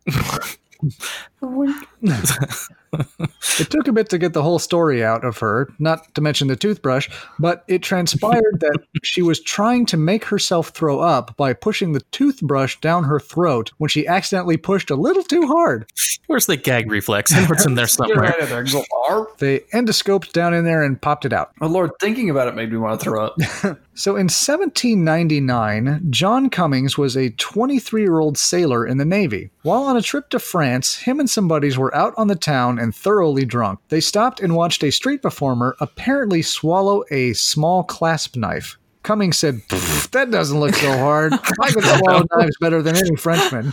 [SPEAKER 1] It took a bit to get the whole story out of her, not to mention the toothbrush, but it transpired that she was trying to make herself throw up by pushing the toothbrush down her throat when she accidentally pushed a little too hard.
[SPEAKER 3] Where's the gag reflex? It's in there
[SPEAKER 5] You're
[SPEAKER 3] somewhere.
[SPEAKER 5] right in there. Galar.
[SPEAKER 1] They endoscoped down in there and popped it out.
[SPEAKER 5] Oh Lord, thinking about it made me want to throw up.
[SPEAKER 1] So in 1799, John Cummings was a 23 year old sailor in the Navy. While on a trip to France, him and some buddies were out on the town and thoroughly drunk. They stopped and watched a street performer apparently swallow a small clasp knife. Cummings said, "Pfft, That doesn't look so hard. I can swallow knives better than any Frenchman.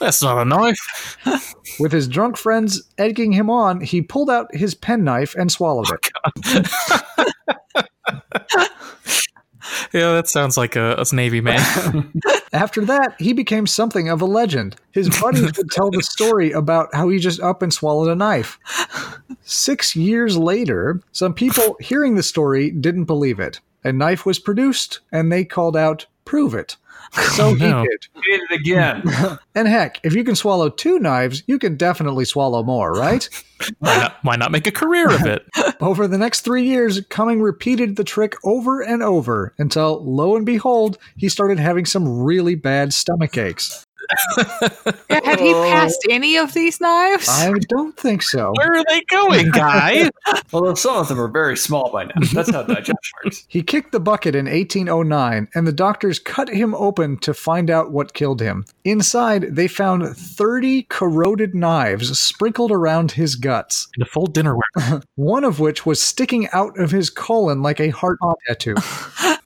[SPEAKER 3] That's not a knife.
[SPEAKER 1] With his drunk friends egging him on, he pulled out his penknife and swallowed it.
[SPEAKER 3] Yeah, that sounds like a, a Navy man.
[SPEAKER 1] After that, he became something of a legend. His buddies would tell the story about how he just up and swallowed a knife. Six years later, some people hearing the story didn't believe it. A knife was produced, and they called out, Prove it. So he
[SPEAKER 3] no.
[SPEAKER 1] did.
[SPEAKER 4] did it again.
[SPEAKER 1] And heck, if you can swallow two knives, you can definitely swallow more, right?
[SPEAKER 3] Why not, why not make a career of it?
[SPEAKER 1] Over the next three years, Cumming repeated the trick over and over until, lo and behold, he started having some really bad stomach aches.
[SPEAKER 2] Yeah, had he passed any of these knives?
[SPEAKER 1] I don't think so.
[SPEAKER 3] Where are they going, guy?
[SPEAKER 5] Although some of them are very small by now. That's how digestion works.
[SPEAKER 1] He kicked the bucket in 1809, and the doctors cut him open to find out what killed him. Inside, they found 30 corroded knives sprinkled around his guts,
[SPEAKER 3] In a full dinnerware.
[SPEAKER 1] one of which was sticking out of his colon like a heart tattoo.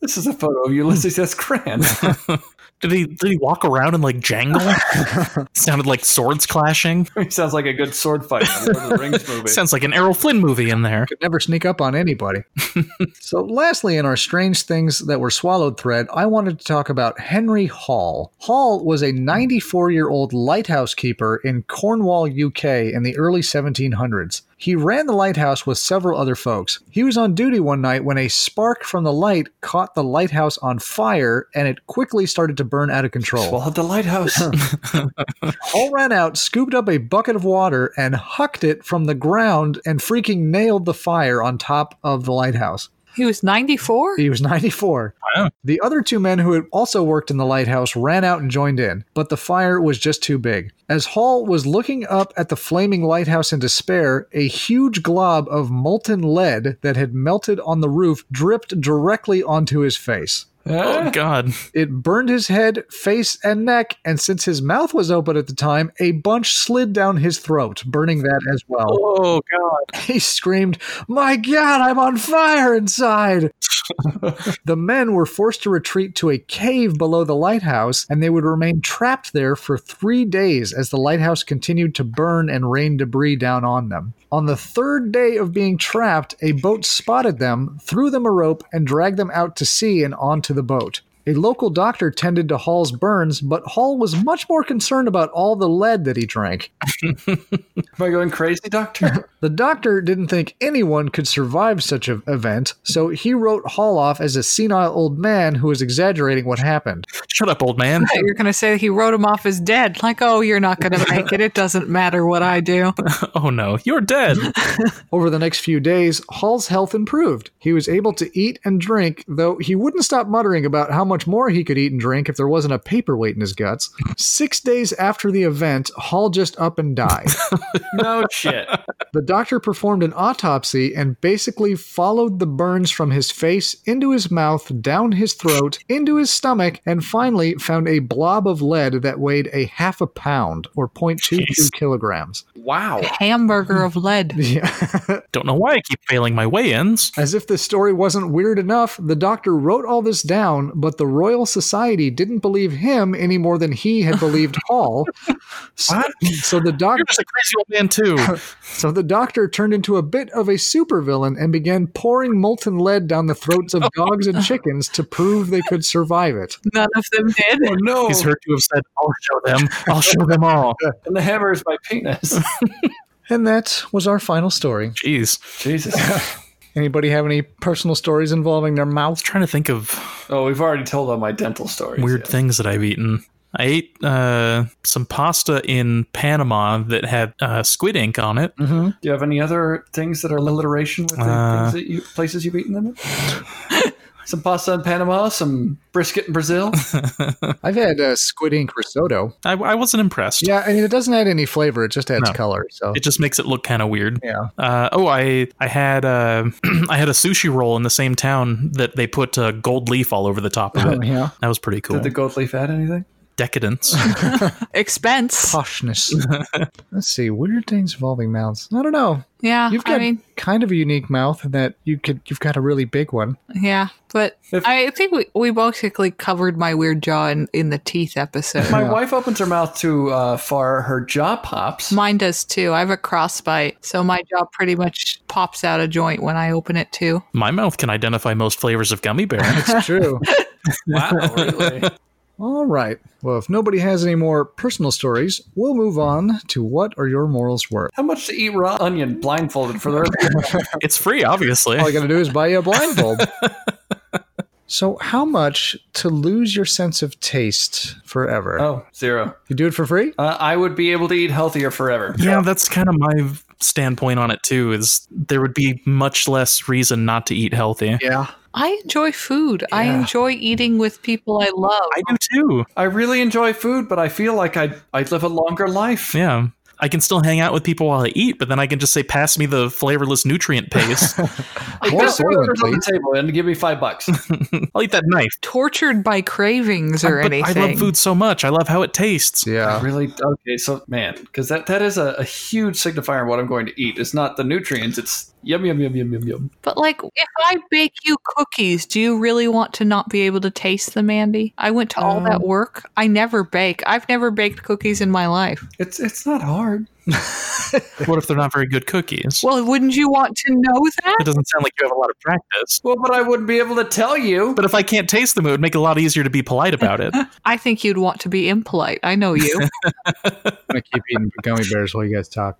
[SPEAKER 5] This is a photo of Ulysses S. Grant.
[SPEAKER 3] Did he did he walk around and like jangle? Sounded like swords clashing.
[SPEAKER 5] he sounds like a good sword fight in a Lord of the Rings movie.
[SPEAKER 3] Sounds like an Errol Flynn movie in there.
[SPEAKER 1] could never sneak up on anybody. so, lastly, in our strange things that were swallowed thread, I wanted to talk about Henry Hall. Hall was a 94 year old lighthouse keeper in Cornwall, UK in the early 1700s. He ran the lighthouse with several other folks. He was on duty one night when a spark from the light caught the lighthouse on fire and it quickly started to burn out of control.
[SPEAKER 5] Well, at the lighthouse.
[SPEAKER 1] Hall ran out, scooped up a bucket of water, and hucked it from the ground and freaking nailed the fire on top of the lighthouse.
[SPEAKER 2] He was 94?
[SPEAKER 1] He was 94.
[SPEAKER 3] Wow.
[SPEAKER 1] The other two men who had also worked in the lighthouse ran out and joined in, but the fire was just too big. As Hall was looking up at the flaming lighthouse in despair, a huge glob of molten lead that had melted on the roof dripped directly onto his face.
[SPEAKER 5] Eh?
[SPEAKER 3] Oh God!
[SPEAKER 1] It burned his head, face, and neck, and since his mouth was open at the time, a bunch slid down his throat, burning that as well.
[SPEAKER 3] Oh God!
[SPEAKER 1] He screamed, My God, I'm on fire inside! the men were forced to retreat to a cave below the lighthouse, and they would remain trapped there for three days as the lighthouse continued to burn and rain debris down on them. On the third day of being trapped, a boat spotted them, threw them a rope, and dragged them out to sea and onto the boat. A local doctor tended to Hall's burns, but Hall was much more concerned about all the lead that he drank.
[SPEAKER 5] Am I going crazy, Doctor?
[SPEAKER 1] The doctor didn't think anyone could survive such an event, so he wrote Hall off as a senile old man who was exaggerating what happened.
[SPEAKER 3] Shut up, old man.
[SPEAKER 2] You're going to say he wrote him off as dead. Like, oh, you're not going to make it. It doesn't matter what I do.
[SPEAKER 3] Oh no, you're dead.
[SPEAKER 1] Over the next few days, Hall's health improved. He was able to eat and drink, though he wouldn't stop muttering about how much more he could eat and drink if there wasn't a paperweight in his guts. Six days after the event, Hall just up and died.
[SPEAKER 4] No shit.
[SPEAKER 1] The doctor performed an autopsy and basically followed the burns from his face into his mouth, down his throat, into his stomach, and finally found a blob of lead that weighed a half a pound or 0.22
[SPEAKER 3] Jeez.
[SPEAKER 1] kilograms.
[SPEAKER 4] Wow.
[SPEAKER 2] Hamburger of lead.
[SPEAKER 1] Yeah.
[SPEAKER 3] Don't know why I keep failing my weigh-ins.
[SPEAKER 1] As if this story wasn't weird enough, the doctor wrote all this down, but the Royal Society didn't believe him any more than he had believed Hall. So, so the
[SPEAKER 3] You're
[SPEAKER 1] doctor
[SPEAKER 3] just a crazy old man too.
[SPEAKER 1] so the doctor turned into a bit of a supervillain and began pouring molten lead down the throats of dogs and chickens to prove they could survive it.
[SPEAKER 2] None of them did.
[SPEAKER 5] Oh no!
[SPEAKER 3] He's heard to have said, "I'll show them. I'll show them all."
[SPEAKER 5] And the hammer is my penis.
[SPEAKER 1] And that was our final story.
[SPEAKER 3] Jeez,
[SPEAKER 5] Jesus.
[SPEAKER 1] Anybody have any personal stories involving their mouth?
[SPEAKER 3] trying to think of
[SPEAKER 5] Oh, we've already told all my dental stories.
[SPEAKER 3] weird
[SPEAKER 5] yeah.
[SPEAKER 3] things that I've eaten. I ate uh, some pasta in Panama that had uh, squid ink on it.
[SPEAKER 5] Do you have any other things that are alliteration with the
[SPEAKER 3] Uh,
[SPEAKER 5] things that you, places you've eaten them in? some pasta in Panama, some brisket in Brazil.
[SPEAKER 1] I've had uh, squid ink risotto.
[SPEAKER 3] I, I wasn't impressed.
[SPEAKER 1] Yeah, I mean it doesn't add any flavor; it just adds
[SPEAKER 3] No.
[SPEAKER 1] color. So
[SPEAKER 3] It just makes it look kind of weird.
[SPEAKER 1] yeah,
[SPEAKER 3] Uh, oh, I I had uh, I had a sushi roll in the same town that they put uh, gold leaf all over the top of it.
[SPEAKER 1] Oh, yeah,
[SPEAKER 3] That was pretty cool.
[SPEAKER 5] Did the gold leaf add anything?
[SPEAKER 3] Decadence.
[SPEAKER 2] Expense.
[SPEAKER 1] poshness. Let's see, weird things involving mouths. I don't know.
[SPEAKER 2] Yeah.
[SPEAKER 1] You've
[SPEAKER 2] Uh, I
[SPEAKER 1] got
[SPEAKER 2] mean,
[SPEAKER 1] kind of a unique mouth in that you could. You've got a really big one.
[SPEAKER 2] yeah. But
[SPEAKER 5] If-
[SPEAKER 2] I think we, we basically covered my weird jaw in, in the teeth episode.
[SPEAKER 5] My wife opens her mouth too uh, far. Her jaw pops.
[SPEAKER 2] Mine does too. I have a crossbite, so my jaw pretty much pops out a joint when I open it too.
[SPEAKER 3] My mouth can identify most flavors of gummy bear.
[SPEAKER 1] It's true.
[SPEAKER 5] wow, really?
[SPEAKER 1] All right. Well, if nobody has any more personal stories, we'll move on to what are your morals worth.
[SPEAKER 5] How much to eat raw onion blindfolded for the rest of
[SPEAKER 3] it's free, obviously.
[SPEAKER 1] All you got to do is buy you a blindfold. so, how much to lose your sense of taste forever?
[SPEAKER 5] Oh, zero.
[SPEAKER 1] You do it for free?
[SPEAKER 5] Uh, I would be able to eat healthier forever.
[SPEAKER 3] Yeah, that's kind of my standpoint on it too. Is there would be much less reason not to eat healthy.
[SPEAKER 1] Yeah.
[SPEAKER 2] I enjoy food. I enjoy eating with people I love.
[SPEAKER 3] I do too.
[SPEAKER 5] I really enjoy food, but I feel like I'd, I'd live a longer life.
[SPEAKER 3] Yeah. I can still hang out with people while I eat, but then I can just say, pass me the flavorless nutrient paste.
[SPEAKER 1] More
[SPEAKER 5] Just
[SPEAKER 1] soil,
[SPEAKER 5] orders on the
[SPEAKER 1] please.
[SPEAKER 5] table and give me five bucks.
[SPEAKER 3] I'll eat that knife.
[SPEAKER 2] Tortured by cravings or
[SPEAKER 3] But
[SPEAKER 2] anything.
[SPEAKER 3] I love food so much. I love how it tastes.
[SPEAKER 5] I
[SPEAKER 1] Yeah.
[SPEAKER 5] really okay. So man, because that that is a, a huge signifier of what I'm going to eat. It's not the nutrients. It's yum yum yum yum yum yum.
[SPEAKER 2] But like, if I bake you cookies, do you really want to not be able to taste them, Andy? I went to all
[SPEAKER 3] Um,
[SPEAKER 2] that work. I never bake. I've never baked cookies in my life.
[SPEAKER 5] It's it's not hard.
[SPEAKER 3] What if they're not very good cookies?
[SPEAKER 2] Well, wouldn't you want to know
[SPEAKER 3] It
[SPEAKER 2] that?
[SPEAKER 3] doesn't sound like you have a lot of practice.
[SPEAKER 5] Well, but I wouldn't be able to tell you.
[SPEAKER 3] But if I can't taste them, it would make it a lot easier to be polite about it.
[SPEAKER 2] I think you'd want to be impolite. I know you.
[SPEAKER 1] I'm going to keep eating gummy bears while you guys talk.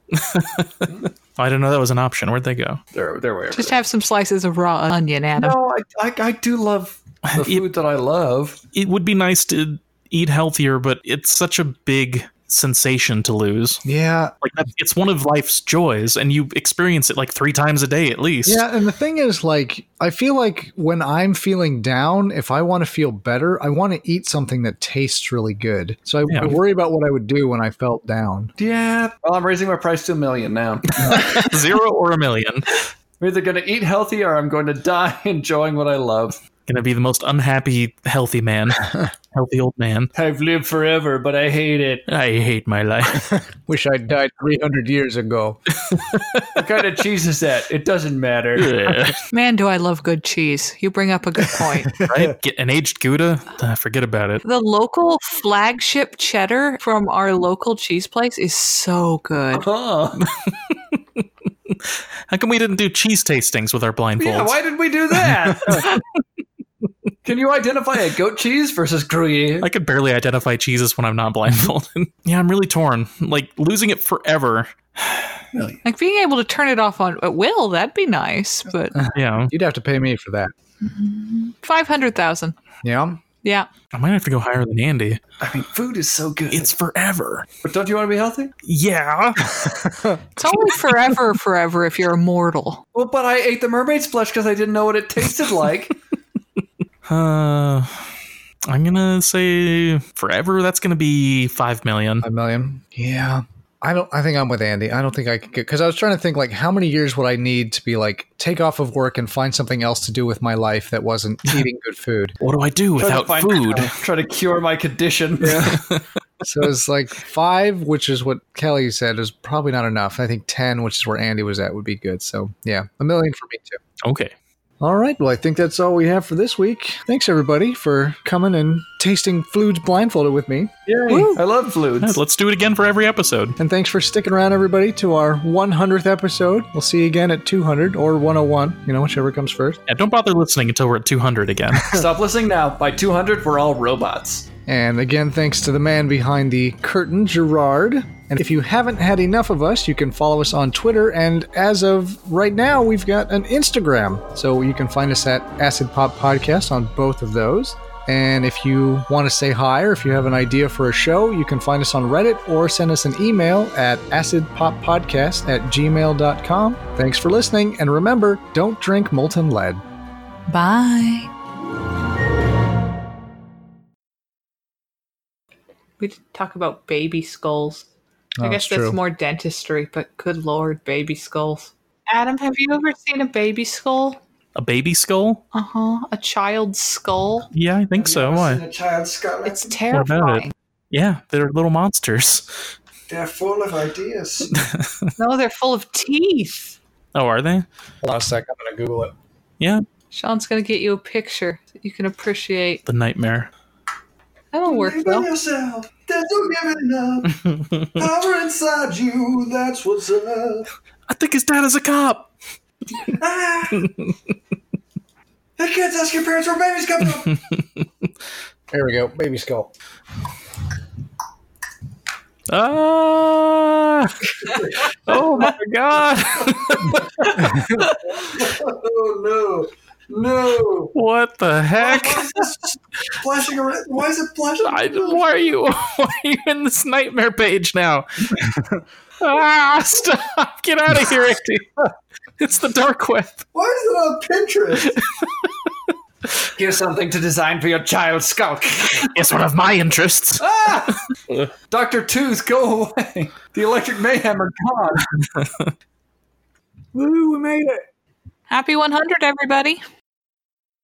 [SPEAKER 3] I didn't know that was an option. Where'd they go?
[SPEAKER 5] They're they're way over
[SPEAKER 2] Just
[SPEAKER 5] there.
[SPEAKER 2] have some slices of raw onion, Adam.
[SPEAKER 5] No, I, I I do love the
[SPEAKER 3] It-
[SPEAKER 5] food that I love.
[SPEAKER 3] It would be nice to eat healthier, but it's such a big sensation to lose.
[SPEAKER 1] Yeah.
[SPEAKER 3] Like that's, it's one of life's joys, and you experience it like three times a day at least.
[SPEAKER 1] Yeah. And the thing is, like, I feel like when I'm feeling down, if I want to feel better, I want to eat something that tastes really good. So I,
[SPEAKER 3] Yeah.
[SPEAKER 1] I worry about what I would do when I felt down.
[SPEAKER 5] Yeah. Well, I'm raising my price to a million now.
[SPEAKER 3] Zero or a million.
[SPEAKER 5] I'm either going to eat healthy or I'm going to die enjoying what I love.
[SPEAKER 3] Gonna be the most unhappy healthy man, healthy old man.
[SPEAKER 4] I've lived forever, but I hate it.
[SPEAKER 3] I hate my life.
[SPEAKER 1] Wish I'd died 300 years ago.
[SPEAKER 5] What kind of cheese is that? It doesn't matter.
[SPEAKER 2] Man, do I love good cheese. You bring up a good point.
[SPEAKER 3] right? Get an aged Gouda. Uh, forget about it.
[SPEAKER 2] the local flagship cheddar from our local cheese place is so
[SPEAKER 3] Oh.
[SPEAKER 2] good.
[SPEAKER 5] Huh.
[SPEAKER 3] How come we didn't do cheese tastings with our blindfolds?
[SPEAKER 5] Yeah, why did we do that? Can you identify a goat cheese versus Gruyere?
[SPEAKER 3] I could barely identify cheeses when I'm not blindfolded. yeah, I'm really torn. Like losing it forever
[SPEAKER 2] Like being able to turn it off on at will, that'd be nice, but
[SPEAKER 3] Yeah.
[SPEAKER 1] You'd have to pay me for that.
[SPEAKER 2] 500,000.
[SPEAKER 1] Yeah.
[SPEAKER 2] Yeah.
[SPEAKER 3] I might have to go higher than Andy.
[SPEAKER 5] I mean, food is so good.
[SPEAKER 3] It's forever.
[SPEAKER 5] but don't you want to be healthy?
[SPEAKER 3] Yeah.
[SPEAKER 2] It's only forever, forever if you're immortal.
[SPEAKER 5] Well, but I ate the mermaid's flesh because I didn't know what it tasted like.
[SPEAKER 3] Uh, I'm gonna say forever. That's gonna be five million.
[SPEAKER 1] A million. Yeah. I don't. I think I'm with Andy. I don't think I could get because I was trying to think like how many years would I need to be like take off of work and find something else to do with my life that wasn't eating good food.
[SPEAKER 3] What do I do without
[SPEAKER 5] Try to find-
[SPEAKER 3] food?
[SPEAKER 5] try to cure my condition.
[SPEAKER 1] So it's like five, which is what Kelly said is probably not enough. I think ten, which is where Andy was at, would be good. So yeah, a million for me too.
[SPEAKER 3] Okay.
[SPEAKER 1] All right. Well, I think that's all we have for this week. Thanks everybody for coming and tasting foods blindfolded with me.
[SPEAKER 5] I love fluids.
[SPEAKER 3] Yeah, Let's do it again for every episode.
[SPEAKER 1] And thanks for sticking around, everybody, to our 100th episode. We'll see you again at 200 or 101, you know, whichever comes first.
[SPEAKER 3] Yeah, don't bother listening until we're at 200 again.
[SPEAKER 5] Stop listening now. By 200, we're all robots.
[SPEAKER 1] And again, thanks to the man behind the curtain, Gerard. And if you haven't had enough of us, you can follow us on Twitter. And as of right now, we've got an Instagram. So you can find us at Acid Pop Podcast on both of those. And if you want to say hi or if you have an idea for a show, you can find us on Reddit or send us an email at acidpoppodcast at gmail.com. Thanks for listening. And remember, don't drink molten lead.
[SPEAKER 2] Bye. We did talk about baby skulls. I
[SPEAKER 1] No,
[SPEAKER 2] guess
[SPEAKER 1] it's
[SPEAKER 2] that's
[SPEAKER 1] true.
[SPEAKER 2] more dentistry, but good lord, baby skulls. Adam, have you ever seen a baby skull?
[SPEAKER 3] A baby skull?
[SPEAKER 2] Uh huh. A child's skull?
[SPEAKER 3] Yeah, I think so. Why?
[SPEAKER 8] The child Scotland.
[SPEAKER 2] It's terrifying.
[SPEAKER 3] Yeah, they're little monsters.
[SPEAKER 8] They're full of ideas.
[SPEAKER 2] No, they're full of teeth.
[SPEAKER 3] Oh, are they?
[SPEAKER 1] Hold on a sec. I'm going to Google it.
[SPEAKER 3] Yeah,
[SPEAKER 2] Sean's gonna get you a picture that you can appreciate.
[SPEAKER 3] the nightmare.
[SPEAKER 2] That'll work
[SPEAKER 8] Believe in
[SPEAKER 2] though.
[SPEAKER 8] yourself. There's no giving up. Power inside you. That's what's up.
[SPEAKER 3] I think his dad is a cop.
[SPEAKER 8] Ah. Hey kids, ask your parents where babies come from.
[SPEAKER 1] There we go. Baby skull.
[SPEAKER 3] Ah! oh my god!
[SPEAKER 8] oh no, no!
[SPEAKER 3] what the heck?
[SPEAKER 8] Flashing around. Why is it flashing?
[SPEAKER 3] I, why are you? Why are you in this nightmare page now? ah! Stop! Get out of here, Andy. It's the dark web.
[SPEAKER 8] Why is it on Pinterest?
[SPEAKER 5] Here's something to design for your child skull.
[SPEAKER 3] It's one of my interests.
[SPEAKER 5] ah! Dr. Tooth, go away. The electric mayhem are gone.
[SPEAKER 2] Happy 100, everybody.